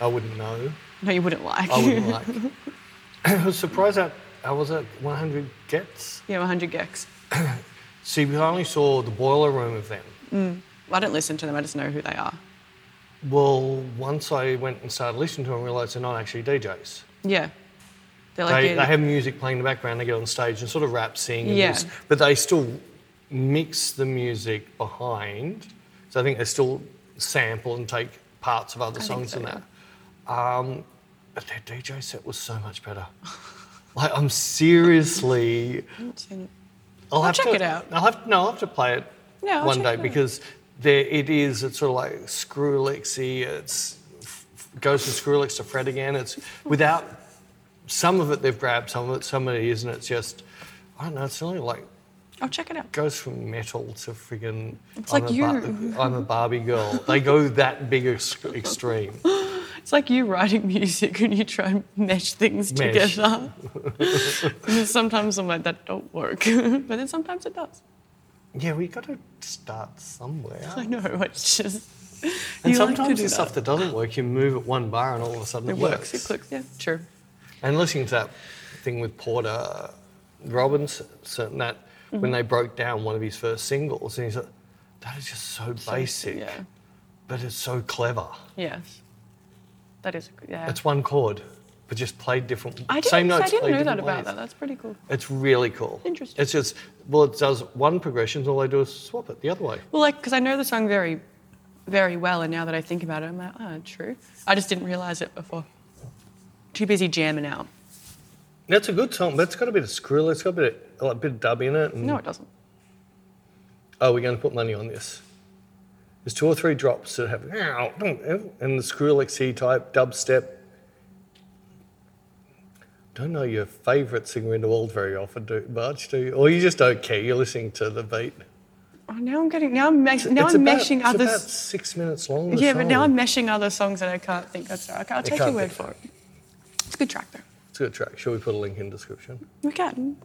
Speaker 2: I wouldn't know.
Speaker 1: no, you wouldn't like.
Speaker 2: I
Speaker 1: *laughs*
Speaker 2: wouldn't like. I was surprised that I was at 100 gets.
Speaker 1: yeah, 100 gex.
Speaker 2: See, we only saw the boiler room of them.
Speaker 1: I don't listen to them. I just know who they are.
Speaker 2: Well, once I went and started listening to them, I realised they're not actually DJs.
Speaker 1: Yeah, they're like
Speaker 2: They,
Speaker 1: the-
Speaker 2: they have music playing in the background. They get on stage and sort of rap, sing, and
Speaker 1: Yeah.
Speaker 2: this, but they still mix the music behind. So I think they still sample and take parts of other
Speaker 1: think
Speaker 2: songs
Speaker 1: so,
Speaker 2: and
Speaker 1: yeah.
Speaker 2: that. Um, but their DJ set was so much better. *laughs* like I'm seriously,
Speaker 1: I haven't seen it.
Speaker 2: I'll, have
Speaker 1: check
Speaker 2: to,
Speaker 1: it out.
Speaker 2: I'll have no, I'll have to play it
Speaker 1: Yeah, I'll
Speaker 2: one
Speaker 1: check
Speaker 2: day
Speaker 1: it out.
Speaker 2: because there it is. It's sort of like Skrillex-y. It's f- f- goes from Skrillex to Fred again. It's without some of it they've grabbed, some of it some of it isn't. It's just I don't know. It's only like
Speaker 1: I'll check it out.
Speaker 2: goes from metal to friggin'
Speaker 1: It's
Speaker 2: I'm,
Speaker 1: like
Speaker 2: a
Speaker 1: you.
Speaker 2: I'm a Barbie girl. They go that big ex- extreme.
Speaker 1: It's like you writing *laughs* music and you try and mesh things
Speaker 2: Mesh. *laughs*
Speaker 1: together. And sometimes I'm like, that don't work, *laughs* but then sometimes it does.
Speaker 2: Yeah, we got to start somewhere.
Speaker 1: I know. *laughs* It's just
Speaker 2: And
Speaker 1: you like
Speaker 2: sometimes
Speaker 1: to do
Speaker 2: the
Speaker 1: that.
Speaker 2: stuff that doesn't work, you move it one bar and all of a sudden it,
Speaker 1: it works. It clicks. Yeah, true.
Speaker 2: And listening to that thing with Porter Robinson, that
Speaker 1: Mm-hmm.
Speaker 2: when they broke down one of his first singles, and he's like, that is just so basic,
Speaker 1: Yeah.
Speaker 2: but it's so clever.
Speaker 1: Yes. That is. a good- Yeah.
Speaker 2: It's one chord. but just played different.
Speaker 1: I didn't,
Speaker 2: same notes.
Speaker 1: I didn't
Speaker 2: played
Speaker 1: know that
Speaker 2: different
Speaker 1: about
Speaker 2: ways.
Speaker 1: that. That's pretty cool.
Speaker 2: It's really cool.
Speaker 1: Interesting.
Speaker 2: It's just well, it does one progression. All they do is swap it the other way.
Speaker 1: Well, like, because I know the song very, very well, and now that I think about it, I'm like, oh, true. I just didn't realize it before. Too busy jamming out.
Speaker 2: That's a good song, but it's got a bit of skrill. It's got a bit of, a bit of dub in it. And,
Speaker 1: No, it doesn't.
Speaker 2: Oh, we're going to put money on this. There's two or three drops that have and the Skrillex E type dubstep. Don't know your favourite singer in the world very often, do March? Do you? Or you just don't care? You're listening to the beat.
Speaker 1: Oh, now I'm getting, now I'm, mesh, now
Speaker 2: it's
Speaker 1: I'm
Speaker 2: about,
Speaker 1: meshing
Speaker 2: it's
Speaker 1: other.
Speaker 2: about
Speaker 1: s-
Speaker 2: six minutes long. the
Speaker 1: Yeah, but now I'm
Speaker 2: song.
Speaker 1: meshing other songs that I can't think. That's all right. Okay, I'll take your
Speaker 2: can't
Speaker 1: word
Speaker 2: think.
Speaker 1: for it. It's a good track, though.
Speaker 2: It's a good track. Shall we put a link in description?
Speaker 1: We can.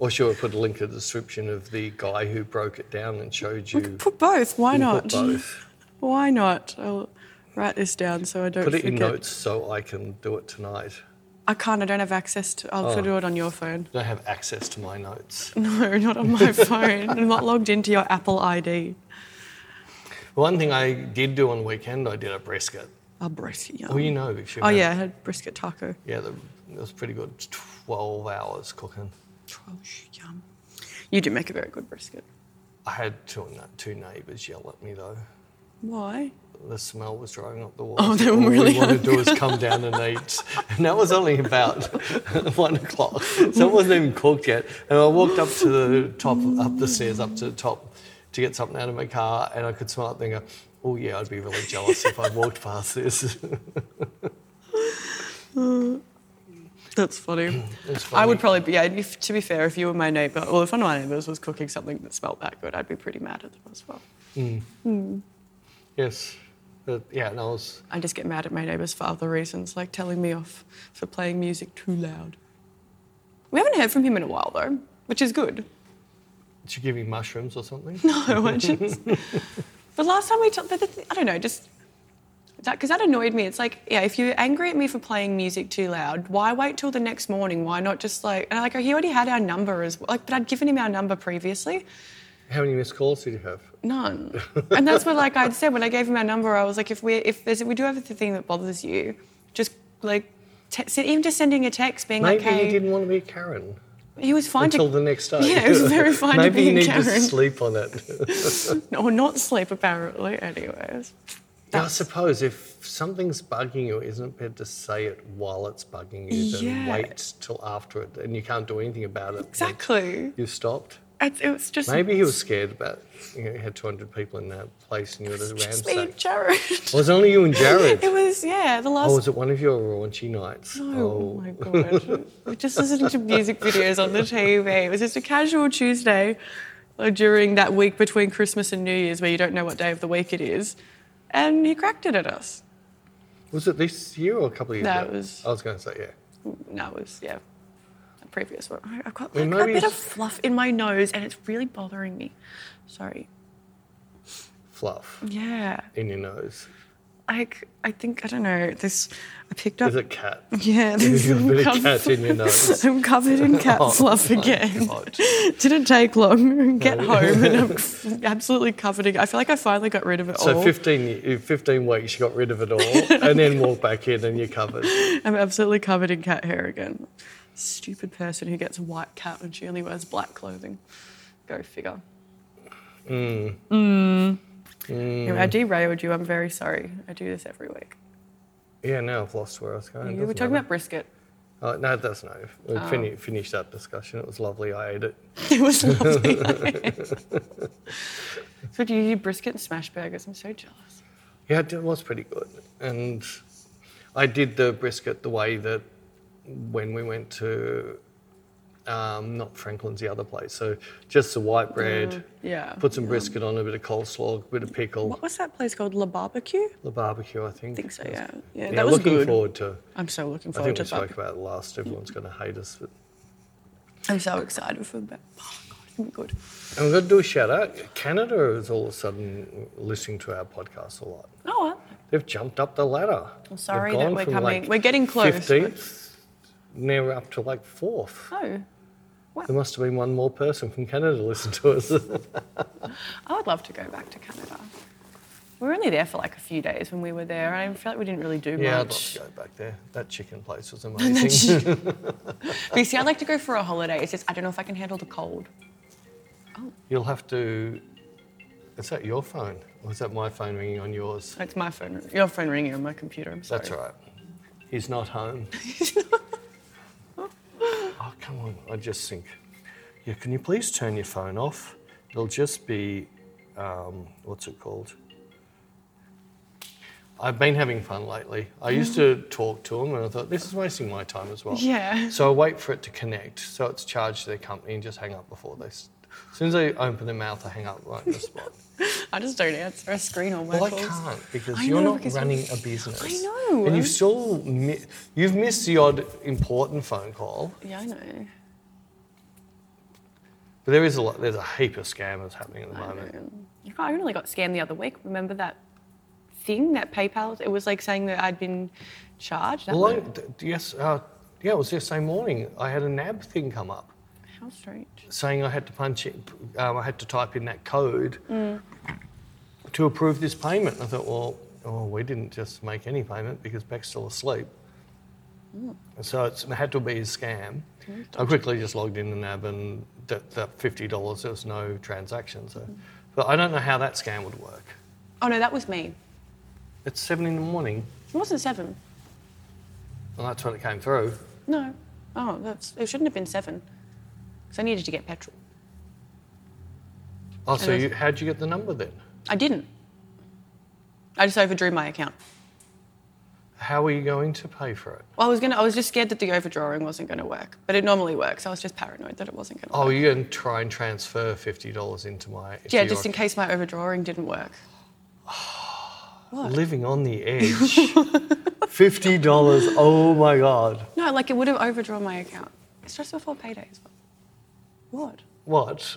Speaker 2: Or shall we put a link in the description of the guy who broke it down and showed you?
Speaker 1: Put both. Why
Speaker 2: We'll put
Speaker 1: not?
Speaker 2: both.
Speaker 1: Why not? I'll write this down so I don't
Speaker 2: Put it
Speaker 1: forget.
Speaker 2: in notes so I can do it tonight.
Speaker 1: I can't. I don't have access to.
Speaker 2: Oh.
Speaker 1: I'll do it on your phone. *laughs*
Speaker 2: I don't have access to my notes.
Speaker 1: No, not on
Speaker 2: *laughs*
Speaker 1: my phone. I'm not logged into your Apple ID.
Speaker 2: One thing I did do on the weekend, I did a brisket.
Speaker 1: I'll brisket you.
Speaker 2: Well, you know, if you
Speaker 1: Oh
Speaker 2: had-
Speaker 1: yeah, I had brisket taco.
Speaker 2: yeah, the, it was pretty good. Twelve hours cooking.
Speaker 1: Trosh, yum. You do make a very good brisket.
Speaker 2: I had two na- two neighbours yell at me though.
Speaker 1: Why?
Speaker 2: The smell was driving up the wall.
Speaker 1: Oh, they were
Speaker 2: All
Speaker 1: really
Speaker 2: we want to do is come down and
Speaker 1: *laughs*
Speaker 2: eat. And that was only about *laughs* one o'clock, so it wasn't even cooked yet. And I walked up to the top, up the stairs, up to the top, to get something out of my car, and I could smell it. And go, oh yeah, I'd be really jealous if I walked past this. *laughs*
Speaker 1: That's
Speaker 2: *clears throat*
Speaker 1: funny.
Speaker 2: It's
Speaker 1: I
Speaker 2: funny.
Speaker 1: would probably be. Yeah, if, to be fair, if you were my neighbour, or if one of my neighbours was cooking something that smelled that good, I'd be pretty mad at them as well.
Speaker 2: Yes. But yeah, and I was.
Speaker 1: I just get mad at my neighbours for other reasons, like telling me off for playing music too loud. We haven't heard from him in a while though, which is good. *laughs*
Speaker 2: Did you give me mushrooms or something?
Speaker 1: No, I just. but last time we talked, but the th- I don't know, just that because that annoyed me. It's like, yeah, if you're angry at me for playing music too loud, why wait till the next morning? Why not just like, and like he already had our number as well. Like, but I'd given him our number previously,
Speaker 2: How many missed calls did you have?
Speaker 1: none. and that's what like I'd said when I gave him our number. I was like, if we if there's we do have a thing that bothers you, just like. Te- se- even just sending a text being
Speaker 2: Maybe
Speaker 1: like,
Speaker 2: you
Speaker 1: hey,
Speaker 2: didn't want to be a Karen
Speaker 1: he was fine
Speaker 2: until
Speaker 1: to,
Speaker 2: the next day.
Speaker 1: Yeah, it was very fine to
Speaker 2: Maybe
Speaker 1: be
Speaker 2: you
Speaker 1: a
Speaker 2: need to
Speaker 1: Karen.
Speaker 2: sleep on
Speaker 1: *laughs*
Speaker 2: it.
Speaker 1: or not sleep apparently. Anyways,
Speaker 2: I suppose if something's bugging you, isn't it better to say it while it's bugging you than
Speaker 1: Yeah.
Speaker 2: wait till after it and you can't do anything about it?
Speaker 1: exactly.
Speaker 2: You stopped.
Speaker 1: It's, it was just
Speaker 2: Maybe he was scared about you know, he had 200 people in that place and you were
Speaker 1: just me and
Speaker 2: ransacked.
Speaker 1: Jared.
Speaker 2: *laughs* Well, it was only you and
Speaker 1: *laughs*
Speaker 2: Jared.
Speaker 1: It was yeah, the last.
Speaker 2: Oh, was it one of your raunchy nights?
Speaker 1: *laughs* Oh my god! We're just listening to music videos on the TV. It was just a casual Tuesday uh, during that week between Christmas and New Year's, where you don't know what day of the week it is, and he cracked it at us.
Speaker 2: Was it this year or a couple of years
Speaker 1: No,
Speaker 2: ago?
Speaker 1: it was-
Speaker 2: I was going to say, yeah.
Speaker 1: No, it was yeah, a previous one. I- I've got
Speaker 2: Well,
Speaker 1: like, a
Speaker 2: maybe
Speaker 1: bit of
Speaker 2: it's-
Speaker 1: fluff in my nose, and it's really bothering me. Sorry.
Speaker 2: Fluff
Speaker 1: Yeah,
Speaker 2: in your nose.
Speaker 1: like I think I don't know this. I picked up.
Speaker 2: Is it cat? *laughs*
Speaker 1: yeah, this
Speaker 2: You've got a bit of
Speaker 1: I'm
Speaker 2: cat in your
Speaker 1: *laughs*
Speaker 2: nose.
Speaker 1: I'm covered in cat
Speaker 2: *laughs* Oh,
Speaker 1: fluff
Speaker 2: my
Speaker 1: again.
Speaker 2: God.
Speaker 1: *laughs* Didn't take long. *laughs* Get
Speaker 2: No.
Speaker 1: home
Speaker 2: *laughs*
Speaker 1: and I'm f- absolutely covered. In, I feel like I finally got rid of it
Speaker 2: So
Speaker 1: all.
Speaker 2: 15, y- 15 weeks, you got rid of
Speaker 1: *laughs*
Speaker 2: it all and then walked back in and you're covered.
Speaker 1: I'm absolutely covered in cat hair again. Stupid person who gets a white cat when she only wears black clothing. Go figure.
Speaker 2: Hmm.
Speaker 1: Mm. Anyway, I derailed you. I'm very sorry. I do this every week.
Speaker 2: Yeah, now I've lost where I was going.
Speaker 1: You were
Speaker 2: doesn't
Speaker 1: talking
Speaker 2: matter.
Speaker 1: about Ah. brisket. *laughs*
Speaker 2: Oh, no, it does no. We fini- finished that discussion. It was lovely. I ate it.
Speaker 1: It was
Speaker 2: *laughs*
Speaker 1: lovely. so do you do brisket and smash burgers? I'm so jealous.
Speaker 2: Yeah, it was pretty good. And I did the brisket the way that when we went to, um, not Franklin's, the other place. So just the white bread,
Speaker 1: Mm, Yeah.
Speaker 2: put some brisket on, a bit of coleslaw, a bit of pickle,
Speaker 1: What was that place called? La Barbecue? I
Speaker 2: the barbecue, I think.
Speaker 1: think so, yeah. Yeah,
Speaker 2: Yeah,
Speaker 1: that was
Speaker 2: looking
Speaker 1: good.
Speaker 2: forward to.
Speaker 1: I'm so looking
Speaker 2: I
Speaker 1: forward
Speaker 2: think we
Speaker 1: to
Speaker 2: spoke
Speaker 1: that.
Speaker 2: about it last. Everyone's going to hate us. But...
Speaker 1: I'm so excited for that. Oh, God, it's gonna be good.
Speaker 2: And we're going to do a shout out. Canada is all of a sudden listening to our podcast a lot.
Speaker 1: Oh, well.
Speaker 2: They've jumped up the ladder. I'm
Speaker 1: sorry that we're coming- we're getting close, but-
Speaker 2: 15th, now we're up to like fourth.
Speaker 1: Oh,
Speaker 2: There must have been one
Speaker 1: *laughs*
Speaker 2: more person from Canada listen to us.
Speaker 1: I would love to go back to Canada. We were only there for like a few days when we were there. and I feel like we didn't really do
Speaker 2: Yeah, I'd love
Speaker 1: much.
Speaker 2: to go back there. That chicken place
Speaker 1: *laughs*
Speaker 2: was amazing.
Speaker 1: But you see, I'd like to go for a holiday. It's just I don't know if I can handle the cold.
Speaker 2: You'll have to. Is that your phone? Or is that my phone ringing on yours?
Speaker 1: It's my phone, your phone ringing on my computer. I'm sorry.
Speaker 2: That's all right. He's not home. *laughs* oh, come on. I just think. Yeah, can you please turn your phone off? It'll just be. Um, what's it called? I've been having fun lately. I used to talk to them and I thought, this is wasting my time as well.
Speaker 1: Yeah.
Speaker 2: So I wait for it to connect. So it's charged to their company and just hang up before they. s as soon as they open their mouth, I hang up right in the spot.
Speaker 1: I just don't answer a screen on my
Speaker 2: Well, I
Speaker 1: calls.
Speaker 2: can't because
Speaker 1: I
Speaker 2: you're
Speaker 1: know,
Speaker 2: not
Speaker 1: because we-
Speaker 2: running a business.
Speaker 1: I know.
Speaker 2: And you've still mi- you've missed the odd important phone call,
Speaker 1: Yeah, I know.
Speaker 2: but there is a lot. There's a heap of scammers happening at the
Speaker 1: I
Speaker 2: moment.
Speaker 1: know. I only got scammed the other week. Remember that thing that PayPal? It was like saying that I'd been charged. That
Speaker 2: Well, I,
Speaker 1: might-
Speaker 2: d- yes, uh, yeah, it was yesterday morning. I had a NAB thing come up
Speaker 1: How strange.
Speaker 2: saying I had to punch in, um, I had to type in that code
Speaker 1: Mm.
Speaker 2: to approve this payment. And I thought, well, oh, we didn't just make any payment because Beck's still asleep.
Speaker 1: Mm.
Speaker 2: So it's, it had to be a scam. I quickly just logged in the NAB and that, that $50, there was no transaction. So. But I don't know how that scam would work.
Speaker 1: Oh no, that was me.
Speaker 2: It's seven in the morning,
Speaker 1: It wasn't seven.
Speaker 2: and that's when it came through.
Speaker 1: No. Oh, that's. It shouldn't have been seven. Because I needed to get petrol.
Speaker 2: Oh, so
Speaker 1: that's-
Speaker 2: you, how'd you get the number then?
Speaker 1: I didn't. I just overdrew my account.
Speaker 2: How are you going to pay for it?
Speaker 1: Well, I was gonna. I was just scared that the overdrawing wasn't gonna work, but it normally works. I was just paranoid that it wasn't gonna.
Speaker 2: Oh,
Speaker 1: work.
Speaker 2: you're going to try and transfer $50 into my. into
Speaker 1: yeah,
Speaker 2: your
Speaker 1: just in case my overdrawing didn't
Speaker 2: *sighs*
Speaker 1: work.
Speaker 2: Living on the edge. Fifty dollars. Oh my god.
Speaker 1: No, like it would have overdrawn my account. It's just before payday as well. What? *laughs*
Speaker 2: What?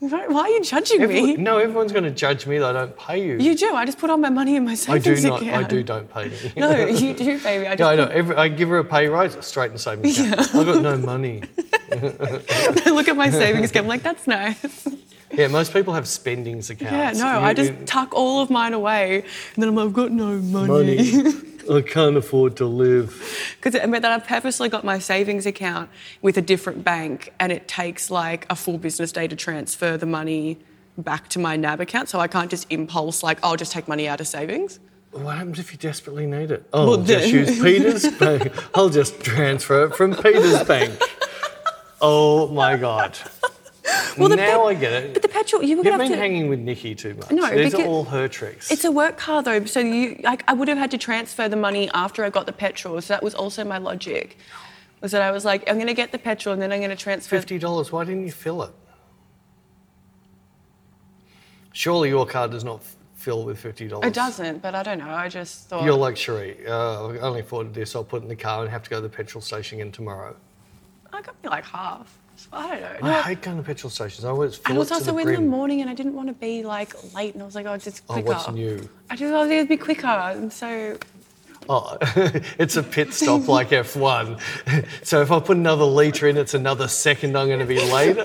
Speaker 1: Why why are you judging
Speaker 2: Everyone-
Speaker 1: me?
Speaker 2: no, everyone's going to judge me that I don't pay you.
Speaker 1: You do. I just put all my money in my
Speaker 2: I do
Speaker 1: savings
Speaker 2: not.
Speaker 1: account.
Speaker 2: I do don't pay you.
Speaker 1: No, you do, baby. I just
Speaker 2: *laughs* No, I know. Every, I give her a pay rise, it's straight and savings account. I've got no money.
Speaker 1: I *laughs* look at my savings account. I'm like, that's nice.
Speaker 2: Yeah, most people have spendings
Speaker 1: Yeah,
Speaker 2: accounts.
Speaker 1: no,
Speaker 2: You-
Speaker 1: I just
Speaker 2: you-
Speaker 1: tuck all of mine away, and then I'm like, I've got no *laughs* *laughs* money.
Speaker 2: money. I can't afford to live.
Speaker 1: Because it meant that I purposely got my savings account with a different bank, and it takes like a full business day to transfer the money back to my NAB account. So I can't just impulse like, I'll just take money out of savings.
Speaker 2: What happens if you desperately need it? Oh,
Speaker 1: Well,
Speaker 2: just
Speaker 1: then-
Speaker 2: use Peter's
Speaker 1: *laughs*
Speaker 2: bank. I'll just transfer it from Peter's bank. Oh my god.
Speaker 1: the
Speaker 2: now
Speaker 1: pe-
Speaker 2: I get it.
Speaker 1: But the petrol, you were
Speaker 2: You've
Speaker 1: gonna have
Speaker 2: been
Speaker 1: to.
Speaker 2: hanging with Nikki too much.
Speaker 1: No,
Speaker 2: These are
Speaker 1: because-
Speaker 2: all her tricks.
Speaker 1: It's a work car though, so you like I would have had to transfer the money after I got the petrol. So that was also my logic. Was that I was like, I'm gonna get the petrol and then I'm gonna transfer.
Speaker 2: Fifty dollars. Why didn't you fill it? Surely your car does not f- fill with fifty dollars.
Speaker 1: It doesn't, but I don't know. I just thought.
Speaker 2: You're like Cherie. Uh, I only afforded this. I'll put it in the car and have to go to the petrol station again tomorrow.
Speaker 1: I got me like half. So I don't know.
Speaker 2: I hate going to petrol stations. I always fill
Speaker 1: And it was
Speaker 2: it to
Speaker 1: also
Speaker 2: the
Speaker 1: in
Speaker 2: brim.
Speaker 1: the morning, and I didn't want to be like late, and I was like, oh, just
Speaker 2: Oh,
Speaker 1: quicker.
Speaker 2: what's new?
Speaker 1: I just thought it'd be quicker, and
Speaker 2: *laughs*
Speaker 1: so
Speaker 2: Oh, *laughs* it's a pit stop like F1. So if I put another litre in, it's another second I'm going to be
Speaker 1: *laughs*
Speaker 2: late.
Speaker 1: so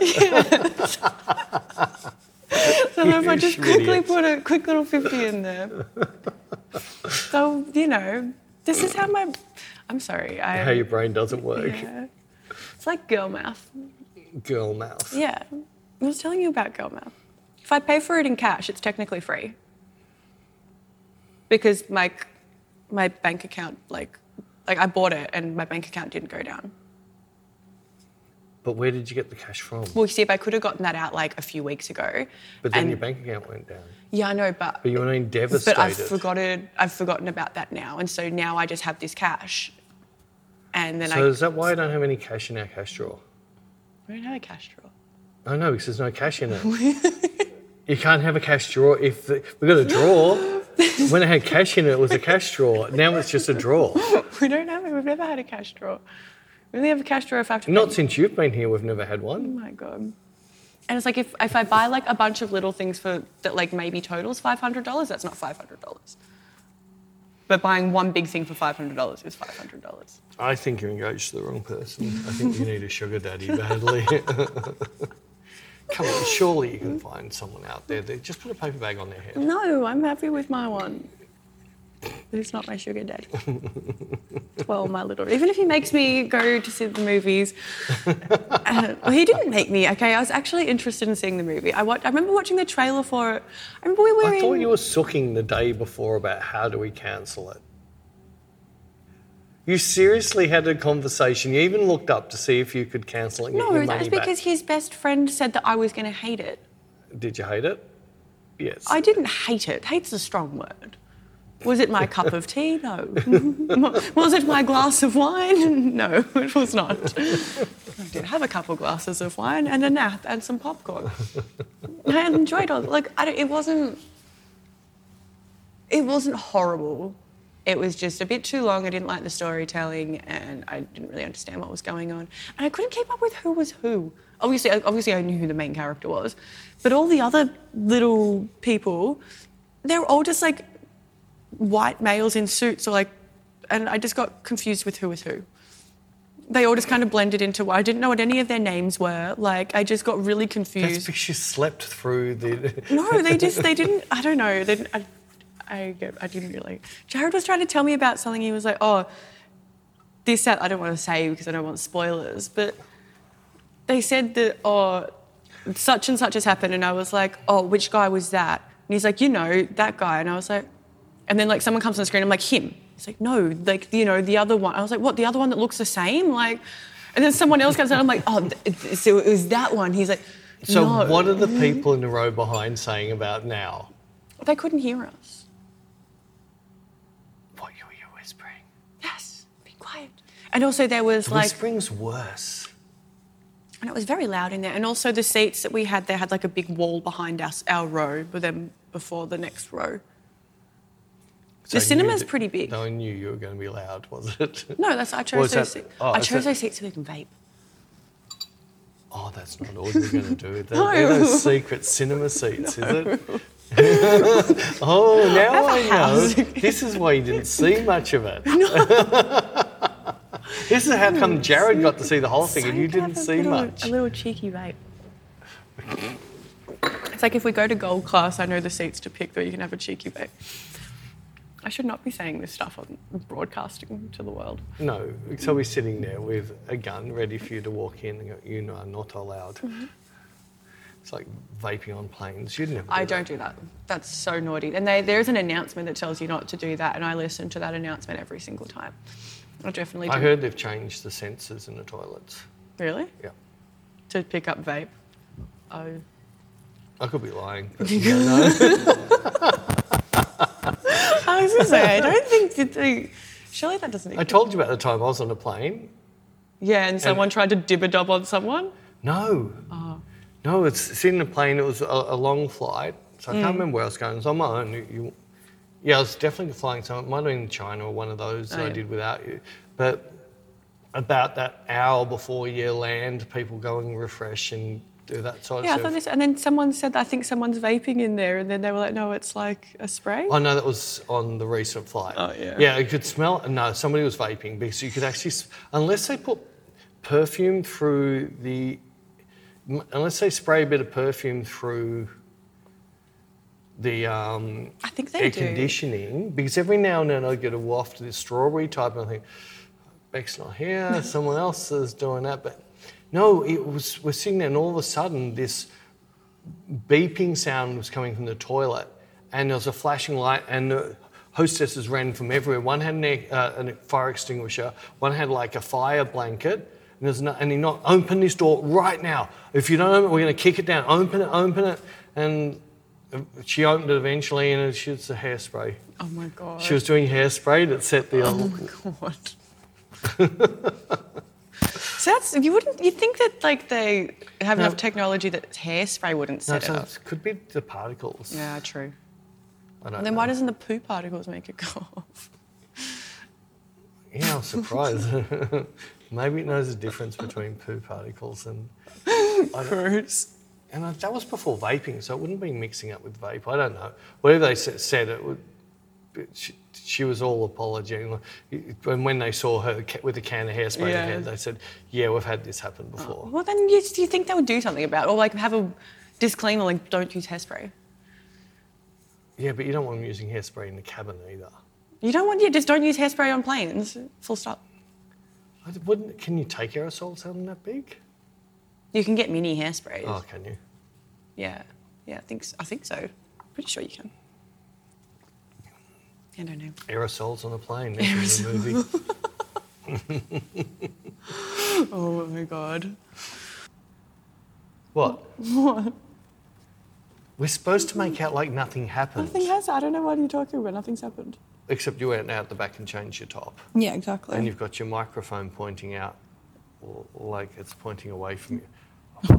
Speaker 1: if I just
Speaker 2: You
Speaker 1: quickly
Speaker 2: idiot.
Speaker 1: put a quick little fifty in
Speaker 2: *laughs*
Speaker 1: there. so you know, this is how my. I'm sorry. I,
Speaker 2: How your brain doesn't work.
Speaker 1: yeah. It's like girl math.
Speaker 2: Girl mouth.
Speaker 1: Yeah, I was telling you about girl math. If I pay for it in cash, it's technically free. Because my c- my bank account like like I bought it and my bank account didn't go down.
Speaker 2: But where did you get the cash from?
Speaker 1: Well, you see, if I could have gotten that out like a few weeks ago.
Speaker 2: But then
Speaker 1: and-
Speaker 2: your bank account went down.
Speaker 1: Yeah, I know, but
Speaker 2: But you were in
Speaker 1: but I've
Speaker 2: devastated.
Speaker 1: forgotten. I've forgotten about that now, and so now I just have this cash. And then
Speaker 2: so
Speaker 1: I
Speaker 2: is that why I don't have any cash in our cash drawer?
Speaker 1: I don't have a cash drawer.
Speaker 2: I know because there's no cash in it. you can't have a cash drawer if the, we got a
Speaker 1: *laughs*
Speaker 2: drawer. when I had cash in it, it was a cash drawer. Now it's just a drawer.
Speaker 1: *laughs* We don't have it. We've never had a cash drawer. We only have a cash drawer if I have to.
Speaker 2: Not since you've been here, we've never had one.
Speaker 1: Oh my god. And it's like if, if I buy like a bunch of little things for that like maybe totals five hundred dollars, that's not five hundred dollars. But buying one big thing for five hundred dollars is five hundred dollars.
Speaker 2: I think you engaged the wrong person. I think you need a sugar daddy badly. *laughs* Come on, surely you can find someone out there that just put a paper bag on their head.
Speaker 1: No, I'm happy with my one. But it's not my sugar *laughs* daddy. well, my little. Even if he makes me go to see the movies, uh, well, he didn't make me. Okay, I was actually interested in seeing the movie. I watched. I remember watching the trailer for it. I remember we were
Speaker 2: I
Speaker 1: in.
Speaker 2: thought you were sooking the day before about how do we cancel it. You seriously had a conversation. You even looked up to see if you could cancel it and get
Speaker 1: no,
Speaker 2: your
Speaker 1: that's
Speaker 2: money
Speaker 1: because his best friend said that I was going to hate it.
Speaker 2: back. Did you hate it? Yes.
Speaker 1: I didn't hate it. Hate's a strong word. Was it my cup of tea? No. *laughs* was it my glass of wine? *laughs* No, it was not. *laughs* I did have a couple glasses of wine and a nap and some popcorn. I enjoyed all. Like I don't, it wasn't. It wasn't horrible. It was just a bit too long. I didn't like the storytelling, and I didn't really understand what was going on. And I couldn't keep up with who was who. Obviously, obviously, I knew who the main character was, but all the other little people, they were all just like white males in suits, or like, and I just got confused with who was who they all just kind of blended into I didn't know what any of their names were. Like I just got really
Speaker 2: That's
Speaker 1: confused.
Speaker 2: because you slept through the. *laughs*
Speaker 1: no, they just they didn't. I don't know. They didn't, I, I get- I didn't really. Jared was trying to tell me about something. He was like, oh, this that I don't want to say because I don't want spoilers. But they said that oh, such and such has happened, and I was like, oh, which guy was that? And he's like, you know, that guy. And I was like, and then like someone comes on the screen, I'm like, him. He's like, no, like you know, the other one. I was like, what? The other one that looks the same, like. And then someone else comes out. I'm like, oh, th- so it was that one. He's like,
Speaker 2: So,
Speaker 1: no.
Speaker 2: what are the people in the row behind saying about now?
Speaker 1: They couldn't hear us.
Speaker 2: What you were whispering?
Speaker 1: Yes, be quiet. And also there was like,
Speaker 2: Whispering's worse.
Speaker 1: and it was very loud in there. And also the seats that we had there had like a big wall behind us, our row, but then before the next row.
Speaker 2: So
Speaker 1: the cinema's
Speaker 2: you-
Speaker 1: pretty big.
Speaker 2: No one knew you were going to be loud, *laughs* was it?
Speaker 1: No, that's I
Speaker 2: Well,
Speaker 1: chose
Speaker 2: is that-
Speaker 1: those. seats.
Speaker 2: oh,
Speaker 1: I
Speaker 2: is
Speaker 1: chose
Speaker 2: that-
Speaker 1: those seats so we can vape.
Speaker 2: Oh, that's not all you're going to do. They're,
Speaker 1: No.
Speaker 2: they're those secret cinema seats, is it? *laughs* oh, now I,
Speaker 1: have a
Speaker 2: know.
Speaker 1: house.
Speaker 2: This is why you didn't see much of it. *laughs* this is how come Jared got to see the whole thing and you
Speaker 1: Same kind
Speaker 2: didn't
Speaker 1: of
Speaker 2: see
Speaker 1: little-
Speaker 2: much.
Speaker 1: A little cheeky vape. *laughs* It's like if we go to gold class, I know the seats to pick, though you can have a cheeky vape. I should not be saying this stuff on broadcasting to the world.
Speaker 2: No, so we're sitting there with a gun ready for you to walk in and go, you are not allowed.
Speaker 1: Mm-hmm.
Speaker 2: It's like vaping on planes. You'd never.
Speaker 1: I
Speaker 2: do that.
Speaker 1: don't do that. That's so naughty. And they, there is an announcement that tells you not to do that, and I listen to that announcement every single time. I definitely do.
Speaker 2: I heard they've changed the sensors in the toilets.
Speaker 1: Really?
Speaker 2: Yeah.
Speaker 1: To pick up vape? Oh.
Speaker 2: *laughs* I could be lying. but
Speaker 1: I was gonna say, I don't think that they. Surely that doesn't.
Speaker 2: I told you about the time I was on a plane
Speaker 1: yeah, and someone tried to dib a dob on someone.
Speaker 2: No.
Speaker 1: Oh.
Speaker 2: No, it's, it's in the plane. It was a, a long flight. So I
Speaker 1: Mm.
Speaker 2: can't remember where I was going. It was on my own. You, you- yeah, I was definitely flying somewhere. It might have been China or one of those that I
Speaker 1: Oh, yeah.
Speaker 2: did without you. But about that hour before you land, people go and refresh and do that sort
Speaker 1: Yeah, I
Speaker 2: of
Speaker 1: thought
Speaker 2: stuff.
Speaker 1: this. And then someone said, I think someone's vaping in there, and then they were like, no, it's like a spray.
Speaker 2: Oh no, that was on the recent flight.
Speaker 1: Oh, yeah.
Speaker 2: Yeah, you could smell. No, somebody was vaping because you could actually, s- unless they put perfume through the, m- unless they spray a bit of perfume through the um,
Speaker 1: I think they
Speaker 2: air
Speaker 1: do.
Speaker 2: conditioning, because every now and then I get a waft of this strawberry type, and I think Beck's
Speaker 1: *laughs*
Speaker 2: not here. someone else is doing that, but no, it was. We're sitting there, and all of a sudden, this beeping sound was coming from the toilet, and there was a flashing light, and the hostesses ran from everywhere. One had an, air- uh, an fire extinguisher, one had like a fire blanket, and there's no, and he knocked, open this door right now. If you don't open it, we're going to kick it down. Open it, open it, and uh, she opened it eventually, and it- she was a hairspray.
Speaker 1: Oh my god.
Speaker 2: She was doing hairspray that set the.
Speaker 1: Oh my god. *laughs* so that's you wouldn't you think that like they have
Speaker 2: No.
Speaker 1: enough technology that hairspray wouldn't
Speaker 2: No,
Speaker 1: set
Speaker 2: so
Speaker 1: it up.
Speaker 2: it could be the particles.
Speaker 1: Yeah, true.
Speaker 2: I don't
Speaker 1: And then
Speaker 2: know.
Speaker 1: why doesn't the poo particles make it go off?
Speaker 2: Yeah, I was surprised. *laughs* Maybe it knows the difference between poo particles and.
Speaker 1: *laughs* Gross.
Speaker 2: And I- that was before vaping, so it wouldn't be mixing up with vape. I don't know. Whatever they sa- said, it would. she, she was all apologetic. And when they saw her ca- with a can of hairspray in
Speaker 1: Yeah. Oh.
Speaker 2: her hand, they said, "Yeah, we've had this happen before."
Speaker 1: Well, then you, do you think they would do something about it? Or like have a disclaimer like, don't use hairspray?
Speaker 2: Yeah, but you don't want them using hairspray in the cabin either.
Speaker 1: You don't want, yeah, just don't use hairspray on planes. Full stop.
Speaker 2: I d- Wouldn't? Can you take aerosols out of them that big?
Speaker 1: You can get mini hairsprays.
Speaker 2: Oh, can you?
Speaker 1: Yeah, yeah, I think so. I think so. Pretty sure you can. I don't know.
Speaker 2: Aerosols on a plane. This is a *laughs* movie.
Speaker 1: Oh my god.
Speaker 2: What? What? We're supposed to make out like nothing happened,
Speaker 1: Nothing has. I don't know what you're talking about. Nothing's happened.
Speaker 2: except you went out the back and changed your top,
Speaker 1: Yeah, exactly.
Speaker 2: and you've got your microphone pointing out, l- like it's pointing away from *laughs* you.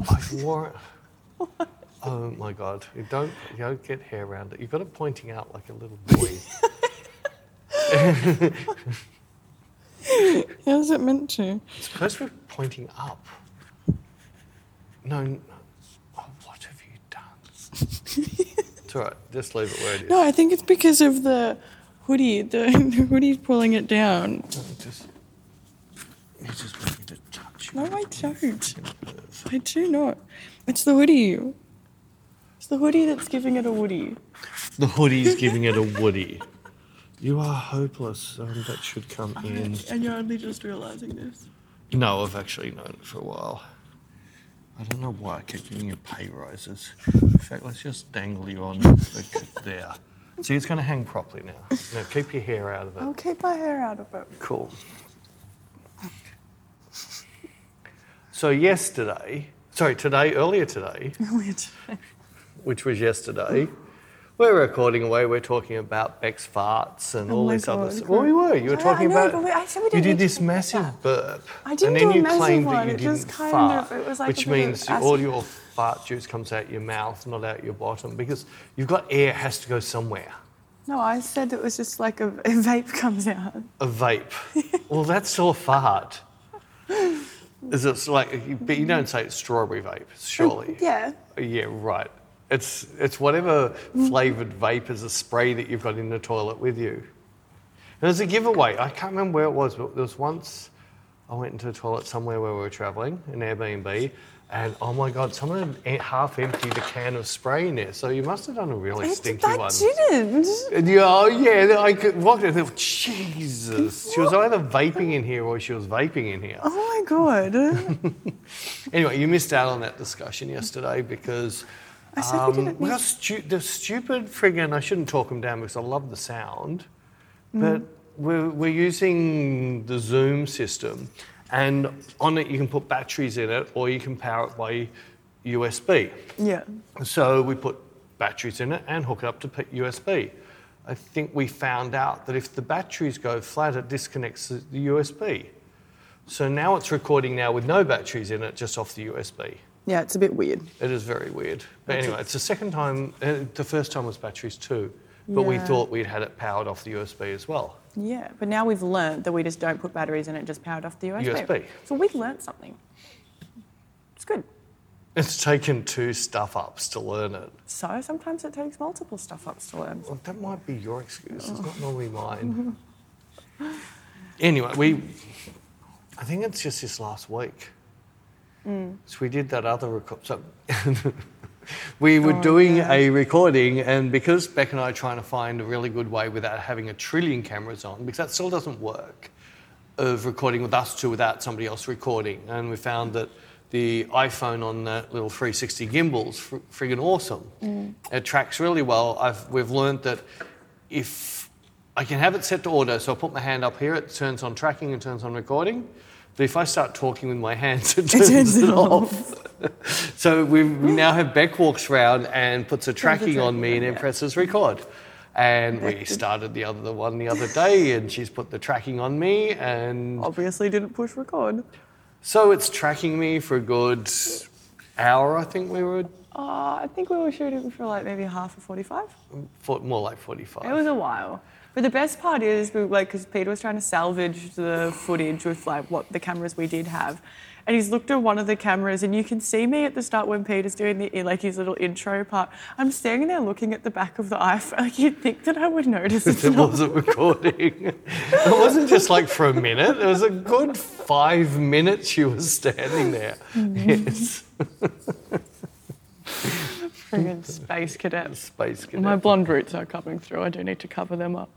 Speaker 2: I wore it. Oh my god! You don't you don't get hair around it. You've got it pointing out like a little *laughs* boy.
Speaker 1: How's it meant to?
Speaker 2: It's because we're pointing up. No. n- Oh, what have you done?
Speaker 3: *laughs*
Speaker 2: it's all right. Just leave it where it is.
Speaker 3: No, I think it's because of the hoodie. The, *laughs* the hoodie's pulling it down.
Speaker 2: Just, you just want me to touch you.
Speaker 3: No, I don't. I do not. It's the hoodie. It's the hoodie that's giving it a woody.
Speaker 2: The hoodie's giving it a woody. You are hopeless. Um, that should come in.
Speaker 3: And you're only just realizing this.
Speaker 2: No, I've actually known it for a while. I don't know why I keep giving you pay rises. In fact, let's just dangle you on the, there. See, it's going to hang properly now. Now, keep your hair out of it.
Speaker 3: I'll keep my hair out of *laughs* it.
Speaker 2: Cool. So yesterday, sorry, today, earlier today, which was yesterday, we're recording away. We're talking about Beck's farts and all
Speaker 3: Oh my
Speaker 2: this other
Speaker 3: God,
Speaker 2: stuff. Well, we were. You were
Speaker 1: I
Speaker 2: talking
Speaker 1: know,
Speaker 2: about.
Speaker 1: but we- I said we
Speaker 2: you
Speaker 1: didn't
Speaker 2: did
Speaker 1: need to
Speaker 2: this
Speaker 1: talk about
Speaker 2: massive burp.
Speaker 3: I didn't
Speaker 2: and then
Speaker 3: do a
Speaker 2: you
Speaker 3: massive
Speaker 2: claimed
Speaker 3: one,
Speaker 2: that you
Speaker 3: it
Speaker 2: didn't
Speaker 3: just kind
Speaker 2: fart,
Speaker 3: of- it was like
Speaker 2: which
Speaker 3: a bit of
Speaker 2: means you- all your fart juice comes out your mouth, not out your bottom, because you've got air has to go somewhere.
Speaker 3: No, I said it was just like a, a vape comes out.
Speaker 2: a vape.
Speaker 3: *laughs*
Speaker 2: well, that's still a fart. Is it's like, but you don't say it's strawberry vape, surely.
Speaker 3: Yeah.
Speaker 2: Yeah, right. It's it's whatever flavored vape is a spray that you've got in the toilet with you. There's a giveaway. I can't remember where it was, but there was once I went into the toilet somewhere where we were traveling, an Airbnb, and oh my god, someone had e- half emptied a can of spray in there. So you must have done a really stinky
Speaker 1: I
Speaker 2: one.
Speaker 1: didn't.
Speaker 2: And you, oh yeah, and I could walk in and thought, Jesus. She was either vaping in here or she was vaping in here.
Speaker 3: Oh my
Speaker 2: *laughs*
Speaker 3: god.
Speaker 2: Anyway, you missed out on that discussion yesterday because
Speaker 3: I said we didn't
Speaker 2: we
Speaker 3: miss-
Speaker 2: got Um, stu- the stupid friggin', I shouldn't talk them down because I love the sound, but
Speaker 3: Mm.
Speaker 2: we're, we're using the Zoom system and on it you can put batteries in it or you can power it by USB.
Speaker 3: yeah.
Speaker 2: So we put batteries in it and hook it up to p- USB. I think we found out that if the batteries go flat, it disconnects the the USB. So now it's recording now with no batteries in it, just off the USB.
Speaker 3: Yeah, it's a bit weird.
Speaker 2: It is very weird. But anyway, it's the second time, uh, the first time was batteries too, but we
Speaker 3: Yeah.
Speaker 2: thought we'd had it powered off the USB as well.
Speaker 3: Yeah, but now we've learnt that we just don't put batteries in it, just powered off the USB.
Speaker 2: USB.
Speaker 3: So we've learnt something. It's good.
Speaker 2: It's taken two stuff ups to learn it.
Speaker 3: So sometimes it takes multiple stuff ups to learn.
Speaker 2: Well, that might be your excuse. It's not normally mine. anyway, we. I think it's just this last week. So we did that other record. So *laughs* we were doing a recording, and because Beck and I are trying to find a really good way without having a trillion cameras on, because that still doesn't work, of recording with us two without somebody else recording. And we found that the iPhone on that little 360 gimbal's fr- friggin' awesome. It tracks really well. I've, we've learned that if I can have it set to auto, so I put my hand up here, it turns on tracking and turns on recording. But if I start talking with my *laughs* hands, it turns,
Speaker 3: turns
Speaker 2: it,
Speaker 3: it *laughs*
Speaker 2: off. so we, we now have Beck walks round and puts a tracking on
Speaker 3: tracking
Speaker 2: me and
Speaker 3: on,
Speaker 2: then
Speaker 3: yeah.
Speaker 2: presses record. And
Speaker 3: *laughs*
Speaker 2: we started the other the one the other day, and she's put the tracking on me, and
Speaker 3: Obviously didn't push record.
Speaker 2: so it's tracking me for a good hour. I think we were
Speaker 3: Uh, I think we were shooting for like maybe half of 45.
Speaker 2: for, more like
Speaker 3: It
Speaker 2: forty-five.
Speaker 3: was a while. But the best part is, we, like, because Peter was trying to salvage the footage with like what the cameras we did have, and he's looked at one of the cameras, and you can see me at the start when Peter's doing the like his little intro part. I'm standing there looking at the back of the iPhone. *laughs* Like you'd think that I would notice.
Speaker 2: *laughs*
Speaker 3: It's *laughs*
Speaker 2: It
Speaker 3: not.
Speaker 2: wasn't recording. It wasn't just like for a minute. It was a good five minutes she was standing
Speaker 3: *laughs*
Speaker 2: there. Yes.
Speaker 3: Friggin' space cadets.
Speaker 2: Space cadet.
Speaker 3: My blonde roots are coming through. I do need to cover them up.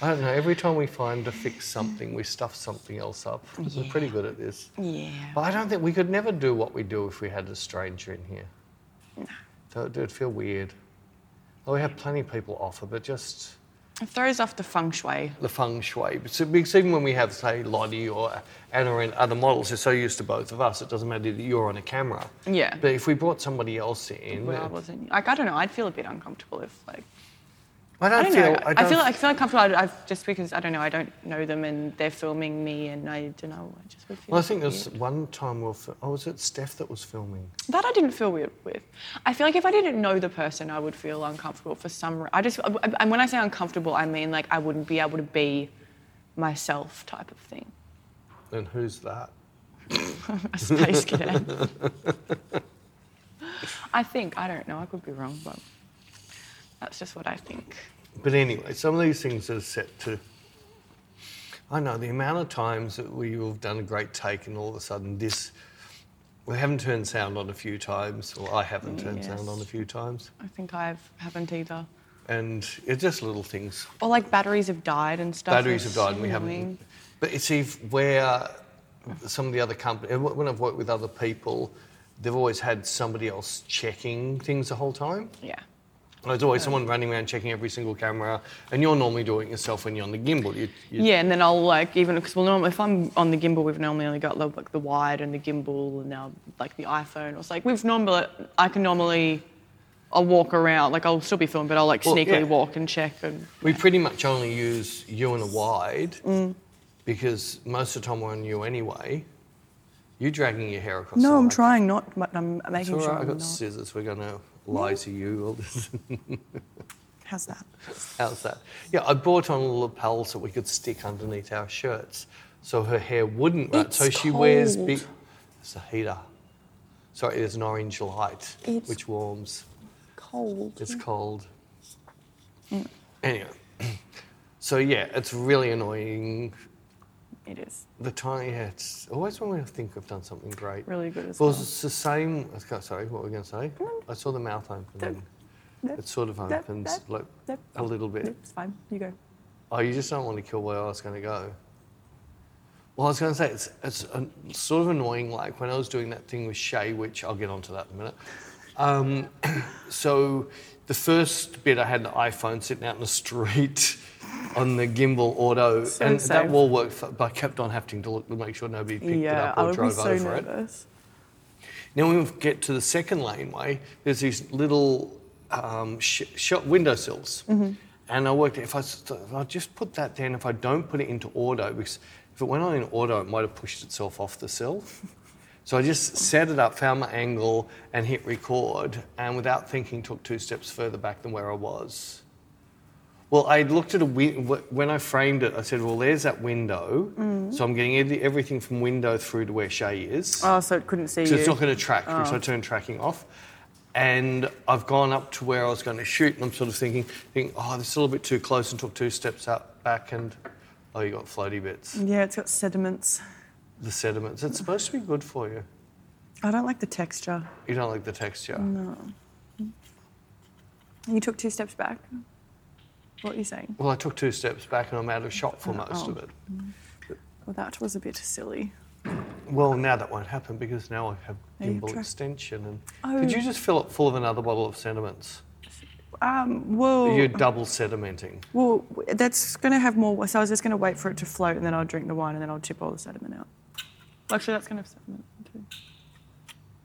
Speaker 2: I don't know. Every time we find to fix something, we stuff something else up. We're pretty good at this.
Speaker 3: Yeah.
Speaker 2: But I don't think we could never do what we do if we had a stranger in here. No. So it'd feel weird. Oh, we have plenty of people offer, but just
Speaker 3: It throws off the feng shui.
Speaker 2: the feng shui. So, because even when we have, say, Lottie or Anna and other models, they're so used to both of us, it doesn't matter that you're on a camera.
Speaker 3: Yeah.
Speaker 2: But if we brought somebody else in,
Speaker 3: Well, I wasn't. Like I don't know. I'd feel a bit uncomfortable if like
Speaker 2: I don't,
Speaker 3: I don't
Speaker 2: feel.
Speaker 3: know. I,
Speaker 2: don't
Speaker 3: feel I feel uncomfortable. I, I just because I don't know. I don't know them, and they're filming me, and I don't know. I just would feel.
Speaker 2: Well, I think
Speaker 3: weird.
Speaker 2: there's one time we were. fi- Oh, was it Steph that was filming?
Speaker 3: that I didn't feel weird with. I feel like if I didn't know the person, I would feel uncomfortable for some. re- I just and when I say uncomfortable, I mean like I wouldn't be able to be myself, type of thing. *laughs*
Speaker 2: And who's that?
Speaker 3: A space cadet. I think I don't know. I could be wrong, but that's just what I think.
Speaker 2: But anyway, some of these things are set to. I know the amount of times that we have done a great take and all of a sudden this. We haven't turned sound on a few times, or I haven't turned sound
Speaker 3: Yes.
Speaker 2: on a few times.
Speaker 3: I think I've haven't either.
Speaker 2: And it's just little things.
Speaker 3: Or like batteries have died and stuff.
Speaker 2: Batteries have
Speaker 3: It's
Speaker 2: died and we
Speaker 3: annoying.
Speaker 2: haven't. But you see, where some of the other companies, when I've worked with other people, they've always had somebody else checking things the whole time.
Speaker 3: Yeah.
Speaker 2: There's always someone running around checking every single camera, and you're normally doing it yourself when you're on the gimbal. You, you,
Speaker 3: Yeah, and then I'll like even because well, normally if I'm on the gimbal, we've normally only got like the wide and the gimbal, and now like the iPhone. It's like we've normally I can normally I'll walk around like I'll still be filming, but I'll like
Speaker 2: Well,
Speaker 3: sneakily
Speaker 2: yeah.
Speaker 3: walk and check and
Speaker 2: We pretty much only use you and a wide because most of the time we're on you anyway. You dragging your hair across. the mic.
Speaker 3: trying not, but I'm
Speaker 2: It's
Speaker 3: making
Speaker 2: all right. I got scissors. We're gonna lie to you. all this- *laughs*
Speaker 3: How's that?
Speaker 2: How's that? Yeah, I brought on lapels that we could stick underneath our shirts, so her hair wouldn't. Run.
Speaker 3: It's
Speaker 2: so she wears
Speaker 3: cold.
Speaker 2: big. It's a heater. Sorry, there's an orange light
Speaker 3: It's-
Speaker 2: which warms.
Speaker 3: Cold.
Speaker 2: It's cold. Anyway, *clears throat* so yeah, it's really annoying.
Speaker 3: It is
Speaker 2: The time, yeah, it's always when we think we've done something great.
Speaker 3: really good as
Speaker 2: Well,
Speaker 3: well.
Speaker 2: it's the same. I can't- Sorry, what were we going to say? I saw the mouth open.
Speaker 3: That-
Speaker 2: and
Speaker 3: that-
Speaker 2: it sort of
Speaker 3: that-
Speaker 2: opens
Speaker 3: that-
Speaker 2: like
Speaker 3: that-
Speaker 2: a little bit.
Speaker 3: It's fine. You go.
Speaker 2: Oh, you just don't want to kill where I was going to go. Well, I was going to say it's it's an sort of annoying. Like when I was doing that thing with Shay, which I'll get onto that in a minute. Um, *coughs* so the first bit, I had an iPhone sitting out in the street *laughs* on the gimbal auto,
Speaker 3: So
Speaker 2: and that
Speaker 3: safe.
Speaker 2: wall worked, for, but I kept on having to look to make sure nobody picked it
Speaker 3: Yeah,
Speaker 2: up
Speaker 3: I
Speaker 2: or
Speaker 3: would be
Speaker 2: drove
Speaker 3: so
Speaker 2: over it.
Speaker 3: nervous.
Speaker 2: Now, when we get to the second laneway, there's these little um, sh- shop windowsills. And I worked, if I, s- if I just put that down, if I don't put it into auto, because if it went on in auto, it might have pushed itself off the sill. So I just set it up, found my angle, and hit record, and without thinking, took two steps further back than where I was. Well, I looked at a win- wh- when I framed it. I said, "Well, there's that window, so I'm getting every- everything from window through to where Shay is."
Speaker 3: Oh, so it couldn't see
Speaker 2: So
Speaker 3: you.
Speaker 2: it's not going to track because
Speaker 3: Oh.
Speaker 2: I turned tracking off. And I've gone up to where I was going to shoot, and I'm sort of thinking, thinking, oh, this is a little bit too close, and took two steps up back, and oh, you got floaty bits,
Speaker 3: yeah, it's got sediments.
Speaker 2: the sediments. It's supposed to be good for you.
Speaker 3: I don't like the texture.
Speaker 2: You don't like the texture.
Speaker 3: You took two steps back. What are you saying?
Speaker 2: Well, I took two steps back, and I'm out of shot for most of
Speaker 3: Oh.
Speaker 2: it.
Speaker 3: Well, that was a bit silly.
Speaker 2: Well, now that won't happen because now I have
Speaker 3: Now you've
Speaker 2: gimbal
Speaker 3: tra-
Speaker 2: extension. And
Speaker 3: Oh.
Speaker 2: did you just fill it full of another bottle of sediments?
Speaker 3: Um, well,
Speaker 2: You're double sedimenting.
Speaker 3: well, that's going to have more. So I was just going to wait for it to float, and then I'll drink the wine, and then I'll chip all the sediment out. Actually, that's going to have sediment too.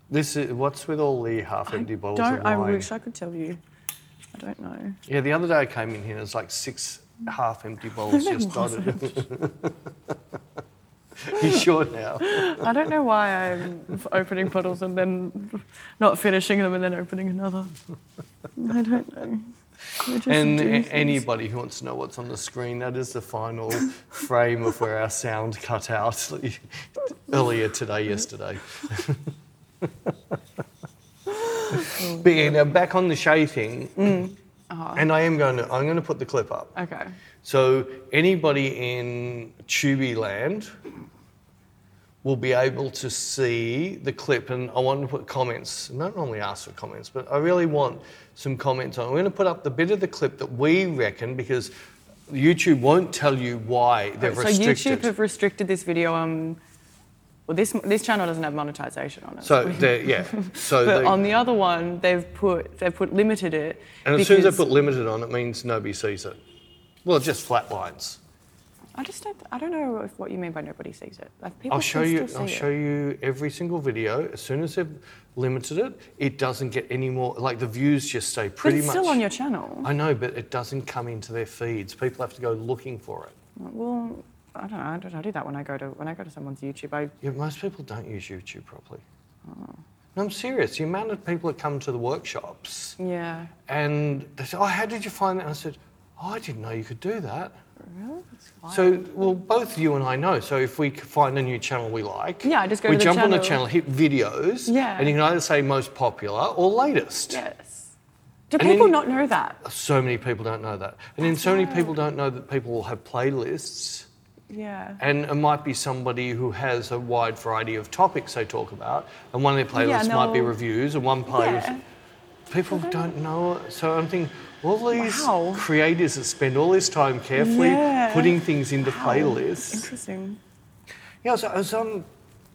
Speaker 2: This is what's with all the half-empty bottles
Speaker 3: Don't.
Speaker 2: of
Speaker 3: I
Speaker 2: wine.
Speaker 3: wish I could tell you. I don't know.
Speaker 2: Yeah, the other day I came in here and it's like six half
Speaker 3: *laughs*
Speaker 2: empty bowls just dotted. *laughs* you sure
Speaker 3: *laughs*
Speaker 2: now?
Speaker 3: I don't know why I'm opening bottles and then not finishing them, and then opening another. I don't know. We just
Speaker 2: And
Speaker 3: do
Speaker 2: a-
Speaker 3: things.
Speaker 2: anybody who wants to know what's on the screen, that is the final frame of where our sound cut out. *laughs* earlier today, yesterday. *laughs* but yeah, now back on the Shay thing,
Speaker 3: Mm.
Speaker 2: and I am going to I'm going to put the clip up.
Speaker 3: Okay.
Speaker 2: So anybody in Tubi land will be able to see the clip, and I want to put comments. And I don't normally ask for comments, but I really want some comments on. it. We're going to put up the bit of the clip that we reckon because YouTube won't tell you why they've
Speaker 3: So
Speaker 2: restricted.
Speaker 3: YouTube have restricted this video. Um, well, this this channel doesn't have monetization on it.
Speaker 2: so they're- yeah, so
Speaker 3: *laughs* but
Speaker 2: they-
Speaker 3: on the other one, they've put they've put limited it.
Speaker 2: and as soon as they
Speaker 3: because-
Speaker 2: put limited on, it means nobody sees it. Well, it just flatlines.
Speaker 3: I just don't. I don't know if, what you mean by nobody sees it. Like people
Speaker 2: I'll show
Speaker 3: can
Speaker 2: you.
Speaker 3: Still see
Speaker 2: I'll
Speaker 3: it.
Speaker 2: show you every single video. As soon as they've limited it, it doesn't get any more. Like the views just stay
Speaker 3: But
Speaker 2: pretty
Speaker 3: it's
Speaker 2: much.
Speaker 3: still on your channel.
Speaker 2: I know, but it doesn't come into their feeds. People have to go looking for it.
Speaker 3: Well, I don't know. I don't. I do that when I go to when I go to someone's YouTube. I
Speaker 2: Yeah, most people don't use YouTube properly.
Speaker 3: Oh.
Speaker 2: No, I'm serious. The amount of people that come to the workshops
Speaker 3: yeah.
Speaker 2: and they say, "Oh, how did you find that?" And I said, "Oh, I didn't know you could do that."
Speaker 3: Really? That's wild.
Speaker 2: So, well, both you and I know. So, if we c- find a new channel we like,
Speaker 3: Yeah, I just go
Speaker 2: we
Speaker 3: to the
Speaker 2: jump on the channel,
Speaker 3: channel.
Speaker 2: hit videos,
Speaker 3: Yeah.
Speaker 2: and you can either say most popular or latest.
Speaker 3: yes. Do
Speaker 2: then
Speaker 3: people
Speaker 2: you-
Speaker 3: not know that?
Speaker 2: So many people don't know that, and then so many people don't know that people will have playlists,
Speaker 3: Yeah.
Speaker 2: and it might be somebody who has a wide variety of topics they talk about, and one of their
Speaker 3: Yeah,
Speaker 2: playlists might be
Speaker 3: no.
Speaker 2: reviews, and one playlist.
Speaker 3: Yeah.
Speaker 2: People don't know it. So I'm thinking, all these
Speaker 3: Wow.
Speaker 2: creators that spend all this time carefully
Speaker 3: Yeah.
Speaker 2: putting things into playlists.
Speaker 3: Interesting.
Speaker 2: Yeah, I was, I was um,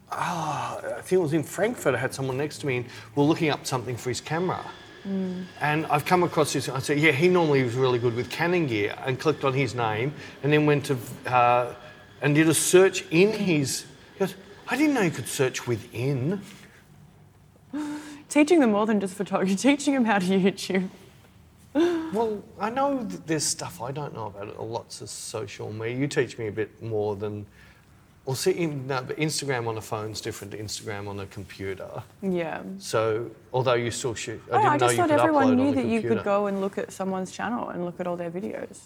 Speaker 2: ah, I think it was in Frankfurt. I had someone next to me, and we we're looking up something for his camera. And I've come across this. I said, yeah, he normally was really good with Canon gear, and clicked on his name, and then went to uh, and did a search in his. He goes, I didn't know you could search within.
Speaker 3: Teaching them more than just photography. *laughs* Teaching them how to YouTube.
Speaker 2: Well, I know that there's stuff I don't know about. Lots of social media. You teach me a bit more than. Well, see, in, no, but Instagram on a phone's different to Instagram on a computer.
Speaker 3: Yeah.
Speaker 2: So, although you still shoot, I
Speaker 3: Oh, I,
Speaker 2: didn't
Speaker 3: I just
Speaker 2: know you
Speaker 3: thought
Speaker 2: could upload
Speaker 3: everyone
Speaker 2: on
Speaker 3: knew
Speaker 2: the
Speaker 3: that you
Speaker 2: computer.
Speaker 3: could go and look at someone's channel and look at all their videos.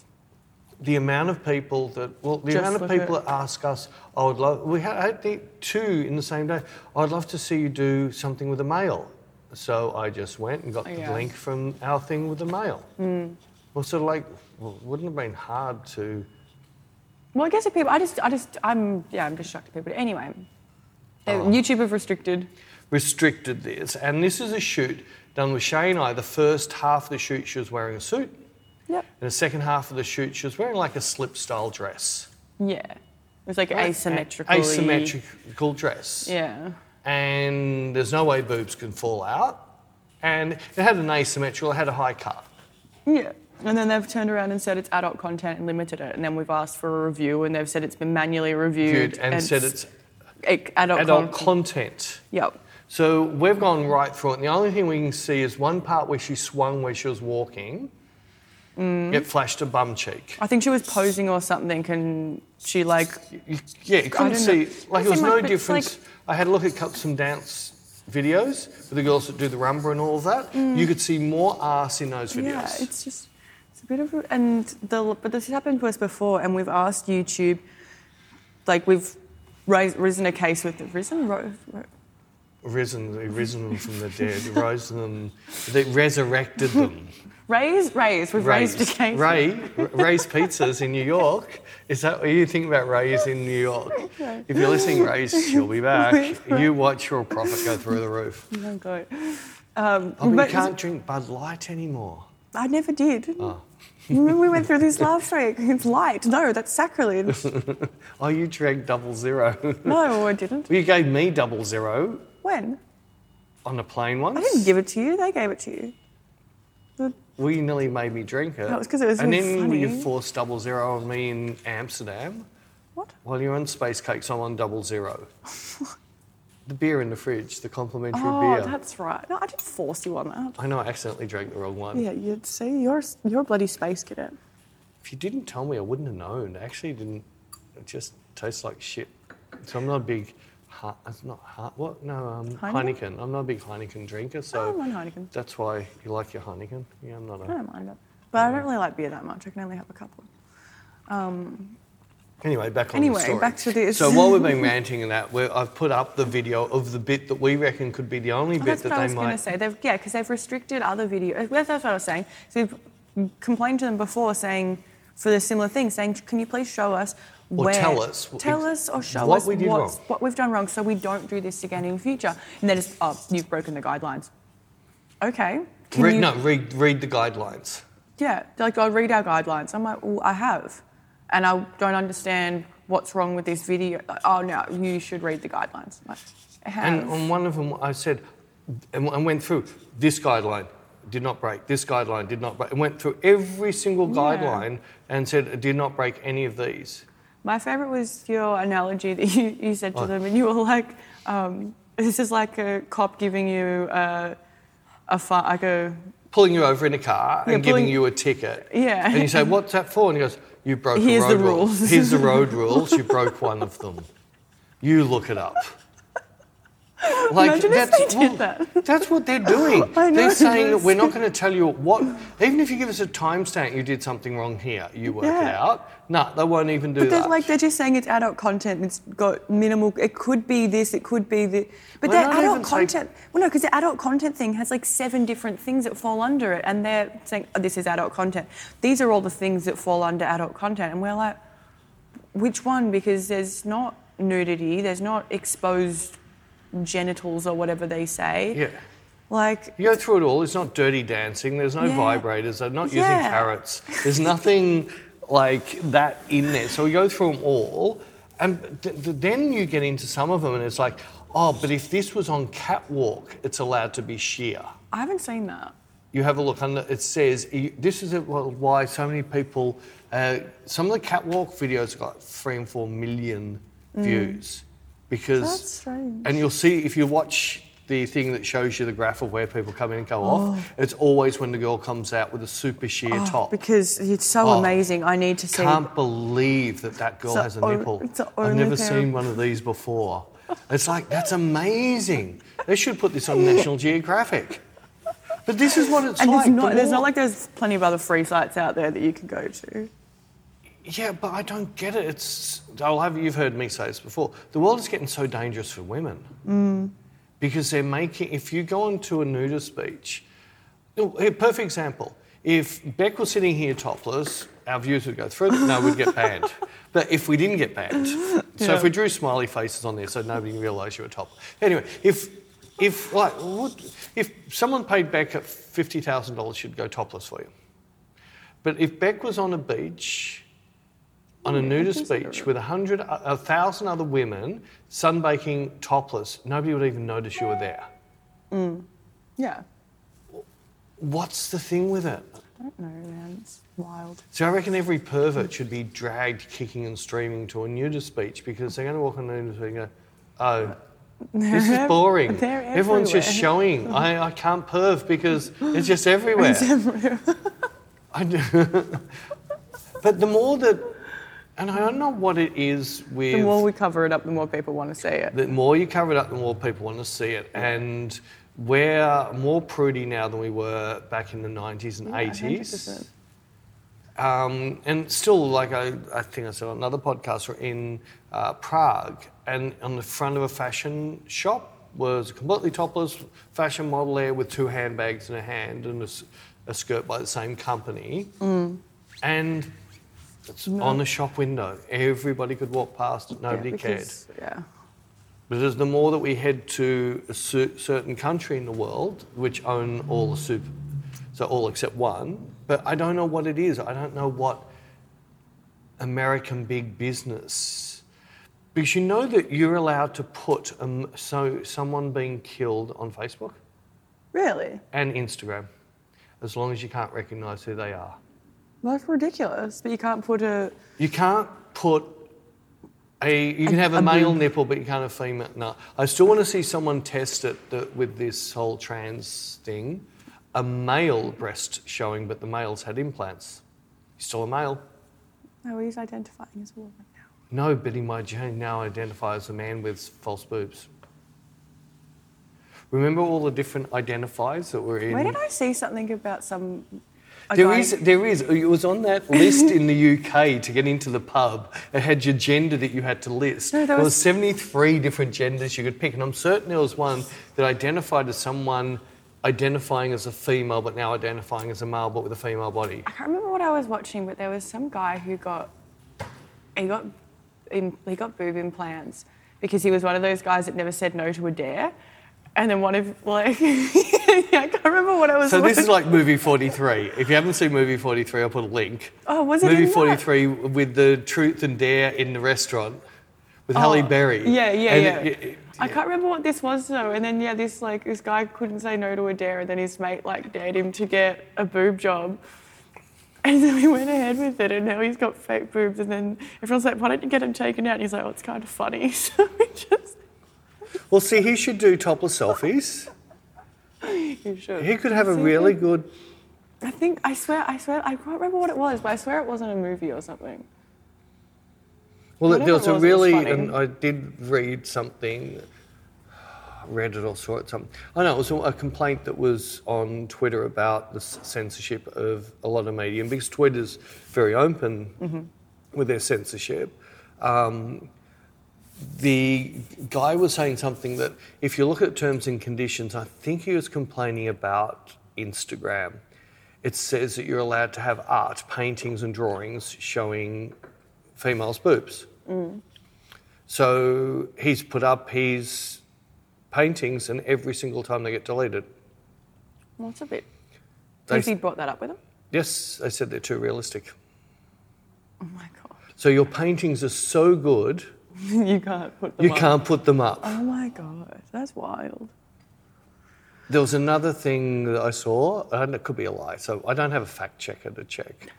Speaker 2: The amount of people that, well, the
Speaker 3: Just
Speaker 2: amount of
Speaker 3: look
Speaker 2: people
Speaker 3: at-
Speaker 2: that ask us, I would love, we had I think two in the same day. I'd love to see you do something with a mail. So I just went and got the
Speaker 3: Yeah. Hmm.
Speaker 2: link from our thing with the mail. Well, sort of like, well, wouldn't it have been hard to?
Speaker 3: Well, I guess if people, I just, I just, I'm, yeah, I'm distracted people. Anyway, they-
Speaker 2: Oh.
Speaker 3: YouTube have restricted.
Speaker 2: restricted this. And this is a shoot done with Shay and I. The first half of the shoot, she was wearing a suit.
Speaker 3: Yep.
Speaker 2: And the second half of the shoot, she was wearing like a slip style dress.
Speaker 3: Yeah. It was like
Speaker 2: Right?
Speaker 3: asymmetrical.
Speaker 2: Asymmetrical dress.
Speaker 3: Yeah.
Speaker 2: And there's no way boobs can fall out. And it had an asymmetrical, it had a high cut.
Speaker 3: Yeah. And then they've turned around and said it's adult content and limited it. And then we've asked for a review and they've said it's been manually reviewed.
Speaker 2: Viewed and said it's
Speaker 3: ec- adult,
Speaker 2: adult
Speaker 3: content.
Speaker 2: content.
Speaker 3: yep.
Speaker 2: So we've gone right through it. And the only thing we can see is one part where she swung where she was walking,
Speaker 3: Mm.
Speaker 2: it flashed a bum cheek.
Speaker 3: I think she was posing or something and she like,
Speaker 2: You- Yeah, you couldn't
Speaker 3: don't
Speaker 2: see.
Speaker 3: know.
Speaker 2: Like,
Speaker 3: Doesn't
Speaker 2: there was
Speaker 3: seem
Speaker 2: no
Speaker 3: like- but it's
Speaker 2: difference. I had a look at cup- some dance videos with the girls that do the rumba and all of that. You could see more arse in those videos.
Speaker 3: Mm. yeah, it's just, it's a bit of, a, and the, but this happened to us before and we've asked YouTube, like we've raised, risen a case with, risen, ro, ro,
Speaker 2: risen, risen them from the dead, rose them, they resurrected them.
Speaker 3: raise, raise, we've *laughs* raised, a case.
Speaker 2: Ray, Ray's Pizzas in New York. Is that what you think about Ray's in New York? If you're listening, Ray's, she'll be
Speaker 3: *laughs*
Speaker 2: back. You watch your profit go through the roof.
Speaker 3: *laughs* Oh my God. Um,
Speaker 2: Oh, but
Speaker 3: but
Speaker 2: you can't Ah. drink Bud Light anymore.
Speaker 3: I never did. *laughs* Remember we went through this last week. It's light. No, that's sacrilege.
Speaker 2: Oh, you drank double zero. *laughs*
Speaker 3: No, I didn't.
Speaker 2: you gave me double zero
Speaker 3: When?
Speaker 2: on a plane once.
Speaker 3: I didn't give it to you. They gave it to you.
Speaker 2: Well, you nearly made me drink it.
Speaker 3: That was 'cause it was
Speaker 2: And
Speaker 3: really
Speaker 2: then you
Speaker 3: funny.
Speaker 2: forced double zero on me in Amsterdam.
Speaker 3: What?
Speaker 2: While you're on space cakes, I'm on double
Speaker 3: *laughs*
Speaker 2: zero. the beer in the fridge, the complimentary
Speaker 3: Oh,
Speaker 2: beer.
Speaker 3: that's right. No, I didn't force you on that.
Speaker 2: I know I accidentally drank the wrong one.
Speaker 3: Yeah, you'd see. You're s- you're a bloody space cadet.
Speaker 2: If you didn't tell me, I wouldn't have known. It actually didn't. It just tastes like shit. So I'm not a big. Ha- it's not ha- what? No, um, Heineken?
Speaker 3: Heineken? Oh,
Speaker 2: I'm not a big Heineken drinker, so
Speaker 3: I don't mind Heineken.
Speaker 2: that's why you like your Heineken. Yeah, I'm not a. Mm.
Speaker 3: I don't mind it, but I don't really like beer that much. I can only have a couple. Um,
Speaker 2: Anyway, back on
Speaker 3: Anyway,
Speaker 2: the story.
Speaker 3: back to this.
Speaker 2: So while we've
Speaker 3: *laughs*
Speaker 2: been ranting and that, we I've put up the video of the bit that we reckon could be the only bit
Speaker 3: Oh, That's
Speaker 2: that
Speaker 3: what I was
Speaker 2: they
Speaker 3: going to
Speaker 2: might.
Speaker 3: say. They've, yeah, because they've restricted other video. uh, That's that's what I was saying. So we've complained to them before, saying for the similar thing, saying, "Can you please show us
Speaker 2: Or
Speaker 3: where,
Speaker 2: tell us w-
Speaker 3: tell
Speaker 2: ex-
Speaker 3: us, or show
Speaker 2: what
Speaker 3: us
Speaker 2: we did
Speaker 3: what's-
Speaker 2: wrong."
Speaker 3: what we've done wrong, so we don't do this again in future." And they're just, "Oh, you've broken the guidelines." Okay. Can
Speaker 2: Read,
Speaker 3: you-
Speaker 2: No, read read the guidelines.
Speaker 3: Yeah, they're like, "Oh, read our guidelines." I'm like, "Well, I have," and I don't understand what's wrong with this video. Like, oh no, you should read the guidelines. I'm like, I have.
Speaker 2: And on one of them, I said, and and went through this guideline did not break, this guideline did not break, and went through every single guideline and said it did not break any of these.
Speaker 3: My favorite was your analogy that you, you said to
Speaker 2: Oh.
Speaker 3: them, and you were like, um, "This is like a cop giving you a, a fi- like a
Speaker 2: Pulling you over in a car
Speaker 3: Yeah,
Speaker 2: and giving
Speaker 3: pulling-
Speaker 2: you a ticket.
Speaker 3: Yeah.
Speaker 2: And you say, what's that for? And he goes, you broke
Speaker 3: Here's
Speaker 2: the
Speaker 3: the
Speaker 2: road rules.
Speaker 3: rules.
Speaker 2: Here's the road rules. You broke one of them. You look it up. Like,
Speaker 3: Imagine if
Speaker 2: that's,
Speaker 3: they did
Speaker 2: well,
Speaker 3: that.
Speaker 2: that's what they're doing.
Speaker 3: I know,
Speaker 2: they're saying that
Speaker 3: it's-
Speaker 2: we're not going to tell you what, even if you give us a timestamp, you did something wrong here, you work it
Speaker 3: Yeah.
Speaker 2: out. No, they won't even do
Speaker 3: But they're
Speaker 2: that.
Speaker 3: like they're just saying it's adult content. It's got minimal. It could be this. It could be the. But
Speaker 2: Well,
Speaker 3: that
Speaker 2: not
Speaker 3: adult
Speaker 2: even say-
Speaker 3: content. well, no, because the adult content thing has like seven different things that fall under it, and they're saying oh, this is adult content. These are all the things that fall under adult content, and we're like, which one? Because there's not nudity. There's not exposed genitals or whatever they say.
Speaker 2: yeah.
Speaker 3: Like.
Speaker 2: You go through it all. It's not dirty dancing. There's no
Speaker 3: Yeah.
Speaker 2: vibrators. They're not using
Speaker 3: Yeah.
Speaker 2: carrots. There's nothing like that in there. So we go through them all, and th- th- then you get into some of them, and it's like, oh, but if this was on catwalk, it's allowed to be sheer.
Speaker 3: I haven't seen that.
Speaker 2: You have a look under. It says you- this is a- well, why so many people. Uh, some of the catwalk videos got three and four million views because.
Speaker 3: Mm. That's strange.
Speaker 2: And you'll see if you watch the thing that shows you the graph of where people come in and go
Speaker 3: Oh.
Speaker 2: off. It's always when the girl comes out with a super sheer top.
Speaker 3: Because it's so
Speaker 2: Oh.
Speaker 3: amazing. I need to see.
Speaker 2: Can't believe that that girl
Speaker 3: It's the
Speaker 2: has a
Speaker 3: on-
Speaker 2: nipple.
Speaker 3: it's the
Speaker 2: I've
Speaker 3: only
Speaker 2: never
Speaker 3: pair
Speaker 2: seen
Speaker 3: of-
Speaker 2: one of these
Speaker 3: *laughs*
Speaker 2: before. It's like that's amazing. They should put this on
Speaker 3: *laughs*
Speaker 2: National Geographic. But this is what it's
Speaker 3: and
Speaker 2: like.
Speaker 3: there's
Speaker 2: The
Speaker 3: not, there's
Speaker 2: more-
Speaker 3: not like there's plenty of other free sites out there that you can go to.
Speaker 2: Yeah, but I don't get it. It's I'll have you've heard me say this before. The world is getting so dangerous for women because they're making. If you go onto a nudist beach, no, a perfect example. If Beck was sitting here topless, our views would go through. the- No, we'd get banned. but if we didn't get banned, so if we drew smiley faces on there, so nobody realised you were topless. Anyway, if if like would, if someone paid Beck at fifty thousand dollars, she'd go topless for you. But if Beck was on a beach, on a nudist beach with a hundred, a thousand other women sunbaking topless, nobody would even notice you were there.
Speaker 3: Yeah.
Speaker 2: What's the thing with it?
Speaker 3: I don't know, man. It's wild.
Speaker 2: So I reckon every pervert should be dragged kicking and streaming to a nudist beach because they're going to walk on a nudist beach and go, oh, this is boring.
Speaker 3: *laughs* They're
Speaker 2: Everyone's just
Speaker 3: everywhere." *laughs*
Speaker 2: showing. I, I can't perv because it's just everywhere. *laughs* I do- *laughs* but the more that, and I don't know what it is with
Speaker 3: The more we cover it up, the more people want to see it.
Speaker 2: the more you cover it up, the more people want to see it. And we're more prudy now than we were back in the 90s and 80s.
Speaker 3: 100%.
Speaker 2: Um, and still, like I, I think I said on another podcast, we're in uh, Prague, and on the front of a fashion shop was a completely topless fashion model there with two handbags in her hand and a, s- a skirt by the same company.
Speaker 3: Mm.
Speaker 2: And it's on the shop window. Everybody could walk past it, nobody
Speaker 3: yeah,
Speaker 2: cared.
Speaker 3: because- Yeah.
Speaker 2: But as the more that we head to a cer- certain country in the world, which own all the super, so all except one, but I don't know what it is. I don't know what American big business, because you know that you're allowed to put um, so someone being killed on Facebook
Speaker 3: Really?
Speaker 2: and Instagram, as long as you can't recognise who they are.
Speaker 3: That's ridiculous. But you can't put a.
Speaker 2: You can't put a. You can have a,
Speaker 3: a
Speaker 2: male
Speaker 3: boob.
Speaker 2: nipple, but you can't have female. No, I still want to see someone test it the, with this whole trans thing. A male breast showing, but the males had implants. He's still a male.
Speaker 3: No, oh, he's identifying as a woman now.
Speaker 2: No, but he might j- now identify as a man with false boobs. Remember all the different identifiers that were in.
Speaker 3: Where did I see something about some a
Speaker 2: There
Speaker 3: guy-
Speaker 2: is, there is. It was on that list in the UK to get into the pub. It had your gender that you had to list.
Speaker 3: No, there
Speaker 2: there was
Speaker 3: was-
Speaker 2: 73 different genders you could pick, and I'm certain there was one that identified as someone identifying as a female, but now identifying as a male, but with a female body.
Speaker 3: I can't remember what I was watching, but there was some guy who got he got im- he got boob implants because he was one of those guys that never said no to a dare. And then one of like *laughs* I can't remember what I was.
Speaker 2: So this is
Speaker 3: watching.
Speaker 2: like movie 43. If you haven't seen movie 43, I'll put a link.
Speaker 3: Oh, was it
Speaker 2: movie
Speaker 3: in that?
Speaker 2: 43 with the truth and dare in the restaurant with Halle Berry?
Speaker 3: Oh, Yeah, yeah,
Speaker 2: And
Speaker 3: yeah.
Speaker 2: it- it-
Speaker 3: I can't remember what this was though. And then yeah, this like this guy couldn't say no to a dare, and then his mate like dared him to get a boob job. *laughs* And then we went ahead with it, and now he's got fake boobs. And then everyone's like, "Why don't you get him taken out?" And he's like, "Oh, it's kind of funny." *laughs* So we just *laughs*
Speaker 2: Well, see, he should do topless selfies.
Speaker 3: you should.
Speaker 2: He could have a really good.
Speaker 3: I think I swear, I swear, I can't remember what it was, but I swear it wasn't a movie or something.
Speaker 2: Well,
Speaker 3: Whatever
Speaker 2: there was
Speaker 3: it
Speaker 2: a
Speaker 3: was, it was
Speaker 2: really,
Speaker 3: funny.
Speaker 2: and I did read something, read it or saw it something. I know it was a complaint that was on Twitter about the s- censorship of a lot of media, and because Twitter's very open
Speaker 3: Mm-hmm.
Speaker 2: with their censorship. Um, the guy was saying something that if you look at terms and conditions, I think he was complaining about Instagram. It says that you're allowed to have art, paintings, and drawings showing females' boobs.
Speaker 3: Mm.
Speaker 2: So he's put up his paintings, and every single time they get deleted.
Speaker 3: Well, it's a bit.
Speaker 2: They-
Speaker 3: Has he brought that up with him?
Speaker 2: Yes, they said they're too realistic.
Speaker 3: Oh my god,
Speaker 2: So your paintings are so good,
Speaker 3: *laughs* you can't put them
Speaker 2: you
Speaker 3: up.
Speaker 2: can't put them up.
Speaker 3: Oh my god, that's wild.
Speaker 2: There was another thing that I saw, and it could be a lie, so I don't have a fact checker to check.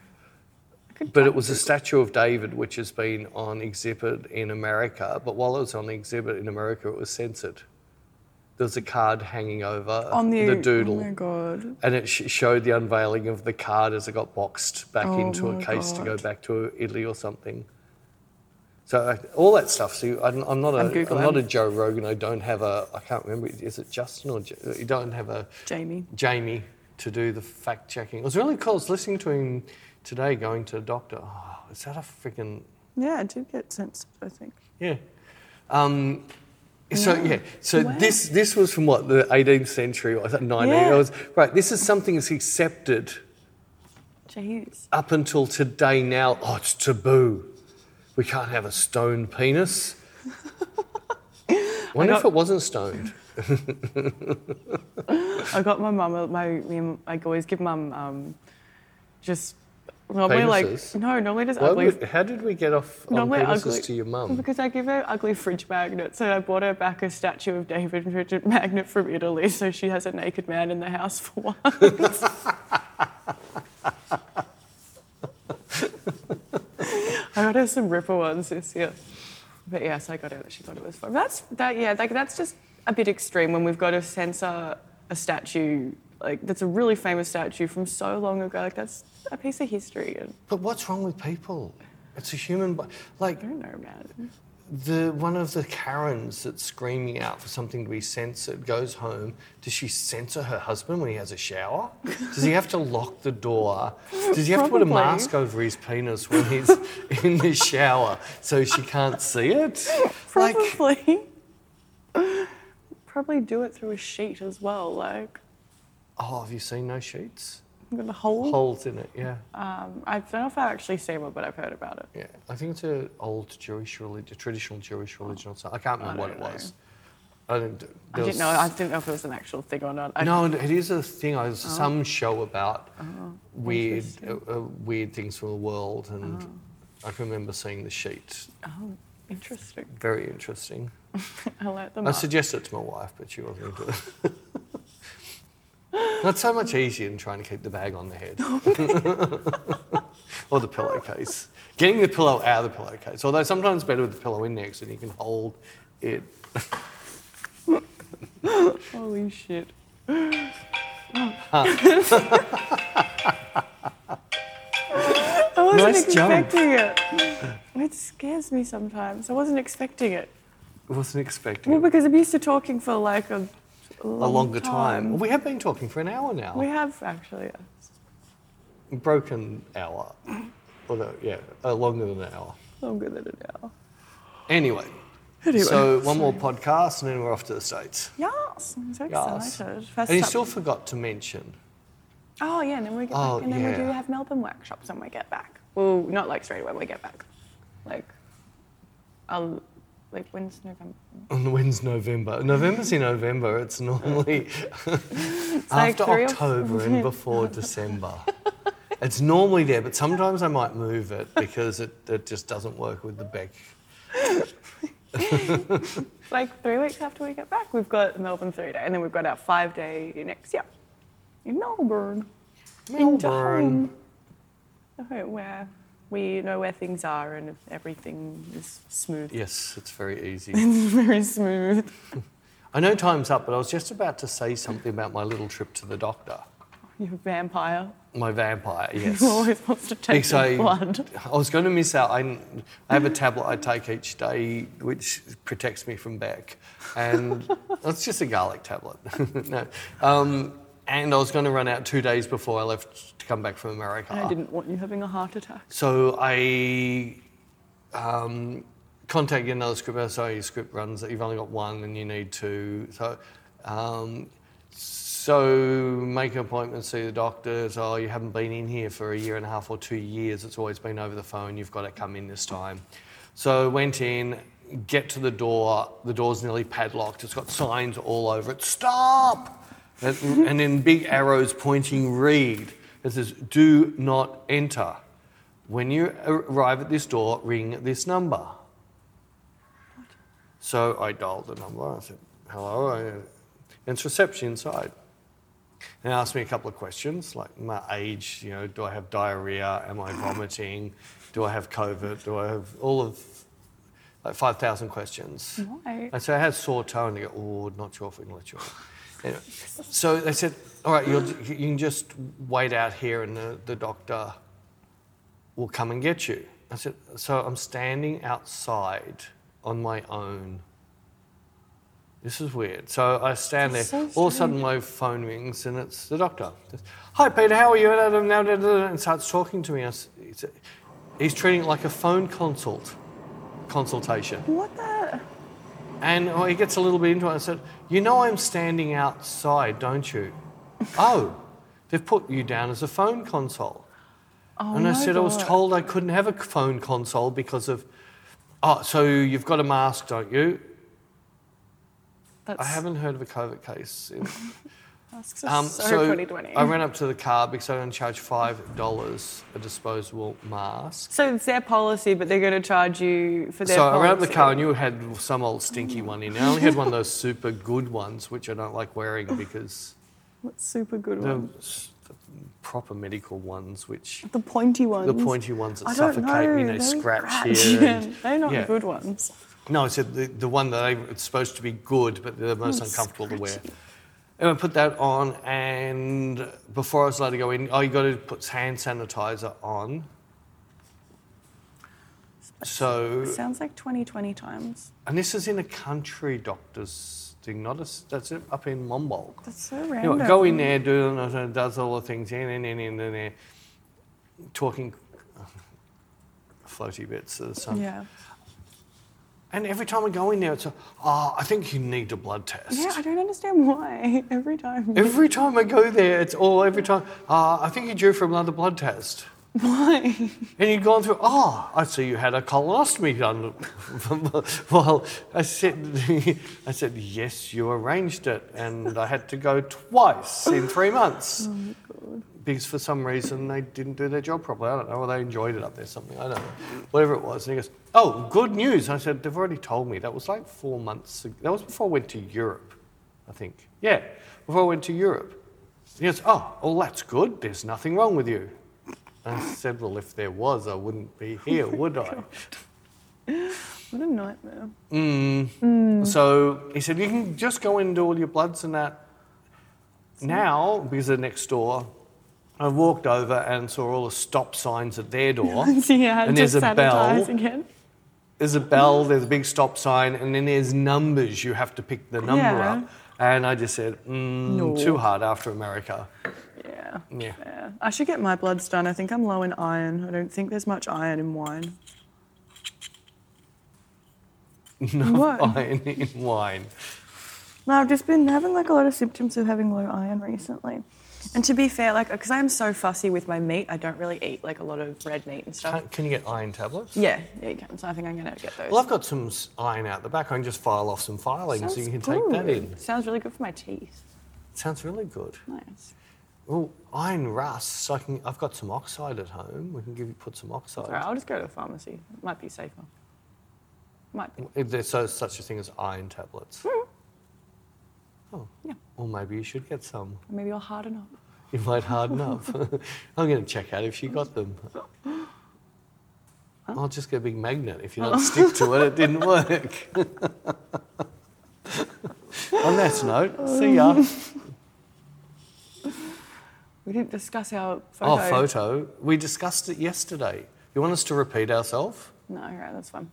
Speaker 2: But it was a statue of David which has been on exhibit in America, but while it was on exhibit in America, it was censored. There was a card hanging over
Speaker 3: On the,
Speaker 2: doodle.
Speaker 3: Oh my god.
Speaker 2: and it sh- showed the unveiling of the card as it got boxed back
Speaker 3: Oh
Speaker 2: into a
Speaker 3: my
Speaker 2: case to go
Speaker 3: God.
Speaker 2: back to Italy or something. So uh, all that stuff. So I'm, I'm not a
Speaker 3: I'm Googling.
Speaker 2: I'm not a Joe Rogan. I don't have a I can't remember. Is it Justin or J- you don't have a
Speaker 3: Jamie.
Speaker 2: Jamie to do the fact checking? It was really cool. I was listening to him today going to the doctor. Oh, is that a freaking
Speaker 3: Yeah, I did get censored, I think.
Speaker 2: yeah. Um, so yeah, so this this was from what the 18th century or 19th.
Speaker 3: Yeah.
Speaker 2: It was, right, this is something that's accepted
Speaker 3: Jeez.
Speaker 2: up until today. Now, oh, it's taboo. We can't have a stone penis. Wonder if it wasn't stoned.
Speaker 1: I got my mum, my, me and- I always give mum um, just normally
Speaker 2: Penises?
Speaker 1: like, no, normally just
Speaker 2: Why
Speaker 1: ugly.
Speaker 2: would- how did we get off on
Speaker 1: normally
Speaker 2: penises
Speaker 1: ugly.
Speaker 2: to your mum?
Speaker 1: Because I give her ugly fridge magnets, and I bought her back a statue of David Richard Magnet from Italy, so she has a naked man in the house for one. *laughs* I got her some Ripper ones this year. But yes, I got it. She thought it was fun.
Speaker 3: That's that. Yeah, like that's just a bit extreme when we've got to censor a statue like that's a really famous statue from so long ago. Like that's a piece of history. And
Speaker 2: But what's wrong with people? It's a human, bo- like
Speaker 3: I don't know, man.
Speaker 2: the one of the Karens that's screaming out for something to be censored goes home. Does she censor her husband when he has a shower? Does he have to lock the door? Does he have to put a
Speaker 3: Probably.
Speaker 2: mask over his penis when he's *laughs* in the shower so she can't see it? Like,
Speaker 3: Probably. *laughs* Probably do it through a sheet as well. Like
Speaker 2: oh, have you seen no sheets?
Speaker 3: I'm gonna hold.
Speaker 2: Holes in it, yeah.
Speaker 3: Um, I don't know if I've actually seen one, but I've heard about it.
Speaker 2: Yeah, I think it's an old Jewish religion, traditional Jewish religion or something. I can't remember what it
Speaker 3: don't know.
Speaker 2: was. I didn't. there
Speaker 3: I
Speaker 2: was-
Speaker 3: didn't know. I didn't know if it was an actual thing or not. I, Oh.
Speaker 2: No, and it is a thing. I was some show about weird, uh, uh, weird things from the world, and I can remember seeing the sheet.
Speaker 3: Oh, interesting.
Speaker 2: Very interesting.
Speaker 3: I like them.
Speaker 2: I
Speaker 3: up.
Speaker 2: suggested it to my wife, but she wasn't into it. *laughs* That's so much easier than trying to keep the bag on the head. *laughs* or the pillowcase. Getting the pillow out of the pillowcase. Although sometimes better with the pillow in there because then you can hold it.
Speaker 3: Holy shit. *laughs* I wasn't
Speaker 2: Nice jump.
Speaker 3: expecting it. It scares me sometimes. I wasn't expecting it.
Speaker 2: I wasn't expecting
Speaker 3: Well,
Speaker 2: it.
Speaker 3: because I'm used to talking for like a,
Speaker 2: a
Speaker 3: a long
Speaker 2: longer time. We have been talking for an hour now.
Speaker 3: We have actually. Yes.
Speaker 2: broken hour. Although, yeah, uh, longer than an hour.
Speaker 3: Longer than an hour.
Speaker 2: Anyway, so one more podcast and then we're off to the States.
Speaker 1: Yes, I'm so
Speaker 2: Yes.
Speaker 1: excited. First
Speaker 2: And you
Speaker 1: time-
Speaker 2: still forgot to mention.
Speaker 1: Oh yeah, and then we get
Speaker 2: Oh,
Speaker 1: back, and then we do
Speaker 2: yeah.
Speaker 1: have Melbourne workshops when we get back. Well, not like straight away when we get back. Like, I'll, like when's November?
Speaker 2: And When's November? November's in November. It's
Speaker 1: *laughs*
Speaker 2: normally
Speaker 1: like
Speaker 2: *laughs* after
Speaker 1: three or-
Speaker 2: October and
Speaker 1: *laughs*
Speaker 2: before December. It's normally there, but sometimes I might move it because it, it just doesn't work with the back.
Speaker 1: Like three weeks after we get back, we've got Melbourne three day, and then we've got our five day next year in Melbourne.
Speaker 2: Melbourne.
Speaker 1: Home where we know where things are and everything is smooth. *laughs*
Speaker 2: Yes, it's very easy.
Speaker 1: Very smooth.
Speaker 2: I know time's up, but I was just about to say something about my little trip to the doctor.
Speaker 1: Your vampire
Speaker 2: My *laughs* vampire, yes.
Speaker 1: always wants to take
Speaker 2: Because
Speaker 1: your
Speaker 2: I,
Speaker 1: blood.
Speaker 2: I was going to miss out. I, I have a tablet I take each day, which protects me from back, and *laughs* it's just a garlic tablet. *laughs* no, um, and I was going to run out two days before I left to come back from America.
Speaker 3: I didn't want you having a heart attack.
Speaker 2: So I um, contacted another script. I say your script runs. You've only got one, and you need two. So, um, so make an appointment, see the doctors. Oh, you haven't been in here for a year and a half or two years. It's always been over the phone. You've got to come in this time. So went in. Get to the door. The door's nearly padlocked. It's got signs all over it. Stop! And, and then big arrows pointing read. It says, "Do not enter." When you arrive at this door, ring this number. So I dialed the number. I said, hello. I- And it's reception inside. And they asked me a couple of questions like my age, you know, do I have diarrhea? Am I vomiting? Do I have COVID? Do I have all of like 5,000 questions?
Speaker 1: Why?
Speaker 2: I said, I had sore toe. And they go, oh, not sure if we can let you off. Anyway, so they said, all right, you'll, you can just wait out here and the, the doctor will come and get you. I said, so I'm standing outside on my own. This is weird. So I stand there. all of a sudden, my phone rings, and it's the doctor. He says, Hi, Peter. How are you? And starts talking to me. I s- he said- He's treating it like a phone consult, consultation.
Speaker 1: What the?
Speaker 2: And well, he gets a little bit into it and said, You know, I'm standing outside, don't
Speaker 3: *laughs*
Speaker 2: you? oh, they've put you down as a phone console. and I
Speaker 3: Oh, my
Speaker 2: said, I was
Speaker 3: God.
Speaker 2: told I couldn't have a c- phone console because of, oh, so you've got a mask, don't you?
Speaker 3: That's
Speaker 2: I haven't heard of a COVID case.
Speaker 3: *laughs*
Speaker 2: in-
Speaker 1: Masks are
Speaker 2: Um,
Speaker 1: so,
Speaker 2: so
Speaker 1: 2020.
Speaker 2: I ran up to the car because I'm going to charge $5 a disposable mask.
Speaker 3: So it's their policy, but they're going to charge you for their
Speaker 2: so
Speaker 3: policy.
Speaker 2: I ran up the car and you had some old stinky one in. I only had one of those super good ones, which I don't like wearing because.
Speaker 3: That's super good
Speaker 2: the,
Speaker 3: one.
Speaker 2: s- the proper medical ones, which
Speaker 3: The pointy ones.
Speaker 2: the pointy ones that
Speaker 3: I don't
Speaker 2: suffocate
Speaker 3: know.
Speaker 2: me, they
Speaker 3: they're
Speaker 2: scratch
Speaker 3: scratch. *laughs*
Speaker 2: you.
Speaker 3: Yeah,
Speaker 2: and-
Speaker 3: they're not
Speaker 2: yeah.
Speaker 3: good ones.
Speaker 2: No, I said the, the one that I, it's supposed to be good, but they're the most
Speaker 3: Oh,
Speaker 2: uncomfortable to wear. And I put that on, and before I was allowed to go in, oh, you got to put hand sanitizer on. So,
Speaker 1: Sounds like 2020 times.
Speaker 2: and this is in a country doctor's thing, not a, s- that's it, up in Mumble.
Speaker 1: That's so
Speaker 2: You
Speaker 1: random.
Speaker 2: know, go in there, do it, does all the things, in and in and in there, talking *laughs* floaty bits of something.
Speaker 1: Yeah.
Speaker 2: And every time I go in there, it's a, oh, I think you need a blood test.
Speaker 1: Yeah, I don't understand
Speaker 3: *laughs*
Speaker 1: why every time.
Speaker 2: every time I go there, it's all every time. Uh, I think you're due for another blood test.
Speaker 1: Why?
Speaker 2: And you'd gone through, oh, I see you had a colonoscopy done. *laughs* well, I said, *laughs* I said, yes, you arranged it. And I had to go twice in three
Speaker 1: Oh,
Speaker 2: months. Because for some reason they didn't do their job properly. I don't know, or they enjoyed it up there, something, I don't know. Whatever it was. And he goes, oh, good news. I said, they've already told me. That was like four months ago. That was before I went to Europe, I think. Yeah, before I went to Europe. He goes, oh, well, that's good. There's nothing wrong with you. I said, well, if there was, I wouldn't be here, would I?
Speaker 3: What a nightmare. *laughs*
Speaker 2: So he said, you can just go and do all your bloods and that. Now, because they're next door, I walked over and saw all the stop signs at their door.
Speaker 3: See, I had
Speaker 2: and
Speaker 3: to
Speaker 2: there's a
Speaker 3: sanitize
Speaker 2: bell.
Speaker 3: again.
Speaker 2: There's a bell, there's a big stop sign, and then there's numbers. You have to pick the number
Speaker 3: Yeah.
Speaker 2: up. And I just said, mm, too hard after America.
Speaker 3: Yeah. Fair.
Speaker 2: Yeah.
Speaker 3: Fair. I should get my bloods done. I think I'm low in iron. I don't think there's much iron in wine.
Speaker 2: *laughs* No
Speaker 3: What?
Speaker 2: iron in wine.
Speaker 3: No, I've just been having like a lot of symptoms of having low iron recently. And to be fair, like, because I'm so fussy with my meat, I don't really eat like a lot of red meat and stuff.
Speaker 2: Can, can you get iron tablets?
Speaker 3: Yeah, yeah, you can. So I think I'm gonna get those.
Speaker 2: Well, I've got some s- iron out the back. I can just file off some filings, so you can take that in.
Speaker 3: Sounds really good for my teeth.
Speaker 2: Sounds really good.
Speaker 3: Nice.
Speaker 2: Well, iron rust. So I can, I've got some oxide at home. We can give you put some oxide.
Speaker 3: All right, I'll just go to the pharmacy. It might be safer. Might be.
Speaker 2: If there's so, such a thing as iron tablets. Oh.
Speaker 3: Hmm. Yeah.
Speaker 2: Or maybe you should get some.
Speaker 3: Maybe I'll harden up.
Speaker 2: You might harden
Speaker 3: *laughs*
Speaker 2: up. *laughs* I'm going to check out if you got them. I'll just get a big magnet. If you
Speaker 3: Oh.
Speaker 2: don't stick to it, it
Speaker 3: *laughs*
Speaker 2: didn't work. *laughs* On that note, see
Speaker 3: *laughs*
Speaker 2: ya.
Speaker 3: We didn't discuss our photo.
Speaker 2: Oh, photo. We discussed it yesterday. You want us to repeat ourselves?
Speaker 3: No, all right, that's fine.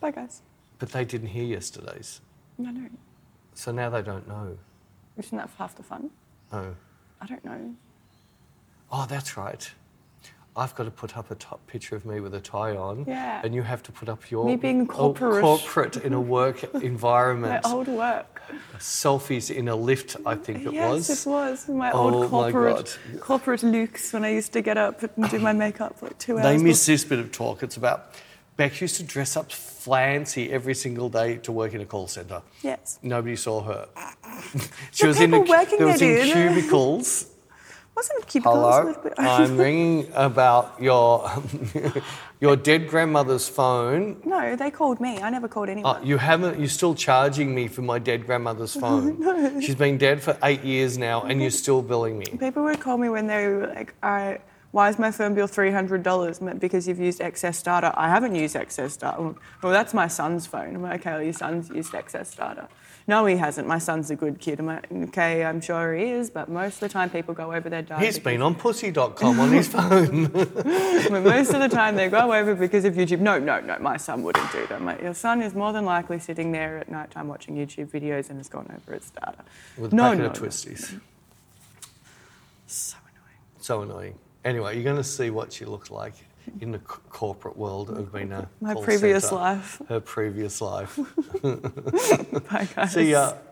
Speaker 3: Bye, guys.
Speaker 2: But they didn't hear yesterday's.
Speaker 3: No, no.
Speaker 2: So now they don't know.
Speaker 3: Isn't that half the fun?
Speaker 2: Oh.
Speaker 3: I don't know.
Speaker 2: Oh, that's right. I've got to put up a top picture of me with a tie on.
Speaker 3: Yeah.
Speaker 2: And you have to put up your
Speaker 3: Me being
Speaker 2: oh,
Speaker 3: corporate.
Speaker 2: corporate in
Speaker 3: *laughs*
Speaker 2: a work
Speaker 3: My
Speaker 2: environment.
Speaker 3: old work.
Speaker 2: Selfies in a lift, I think it
Speaker 3: yes,
Speaker 2: was.
Speaker 3: it was. My
Speaker 2: Oh, my
Speaker 3: old corporate
Speaker 2: God.
Speaker 3: corporate looks when I used to get up and do my makeup like two hours.
Speaker 2: They miss
Speaker 3: before-
Speaker 2: this bit of talk. It's about Beck used to dress up fancy every single day to work in a call centre.
Speaker 3: Yes.
Speaker 2: Nobody saw her. *laughs* she was in,
Speaker 3: people
Speaker 2: a,
Speaker 3: working
Speaker 2: there was
Speaker 3: it
Speaker 2: in
Speaker 3: in.
Speaker 2: cubicles.
Speaker 3: Wasn't cubicles a
Speaker 2: Hello,
Speaker 3: little *laughs* bit?
Speaker 2: I'm ringing about your your dead grandmother's phone.
Speaker 3: no, they called me. I never called anyone.
Speaker 2: Oh, you haven't. You're still charging me for my dead
Speaker 3: *laughs*
Speaker 2: grandmother's phone. She's been dead for eight years now, and you're still billing me.
Speaker 3: People would call me when they were like, I, why is my phone bill $300? M- Because you've used excess data. I haven't used excess data. Well, well, that's my son's phone. I'm like, okay, well, your son's used excess data. No, he hasn't. My son's a good kid. I'm like, okay, I'm sure he is, but most of the time people go over their data.
Speaker 2: He's been on pussy.com on
Speaker 3: *laughs*
Speaker 2: his phone.
Speaker 3: But most of the time they go over because of YouTube. No, no, no, my son wouldn't do that. I'm like, your son is more than likely sitting there at night time watching YouTube videos and has gone over its data.
Speaker 2: With a
Speaker 3: no,
Speaker 2: packet
Speaker 3: no,
Speaker 2: of
Speaker 3: no.
Speaker 2: twisties.
Speaker 3: So annoying.
Speaker 2: So annoying. Anyway, you're going to see what she looked like in the c- corporate world of being a
Speaker 3: My
Speaker 2: call
Speaker 3: previous
Speaker 2: centre.
Speaker 3: life. *laughs*
Speaker 2: Her previous life.
Speaker 3: Bye, guys.
Speaker 2: See uh, ya.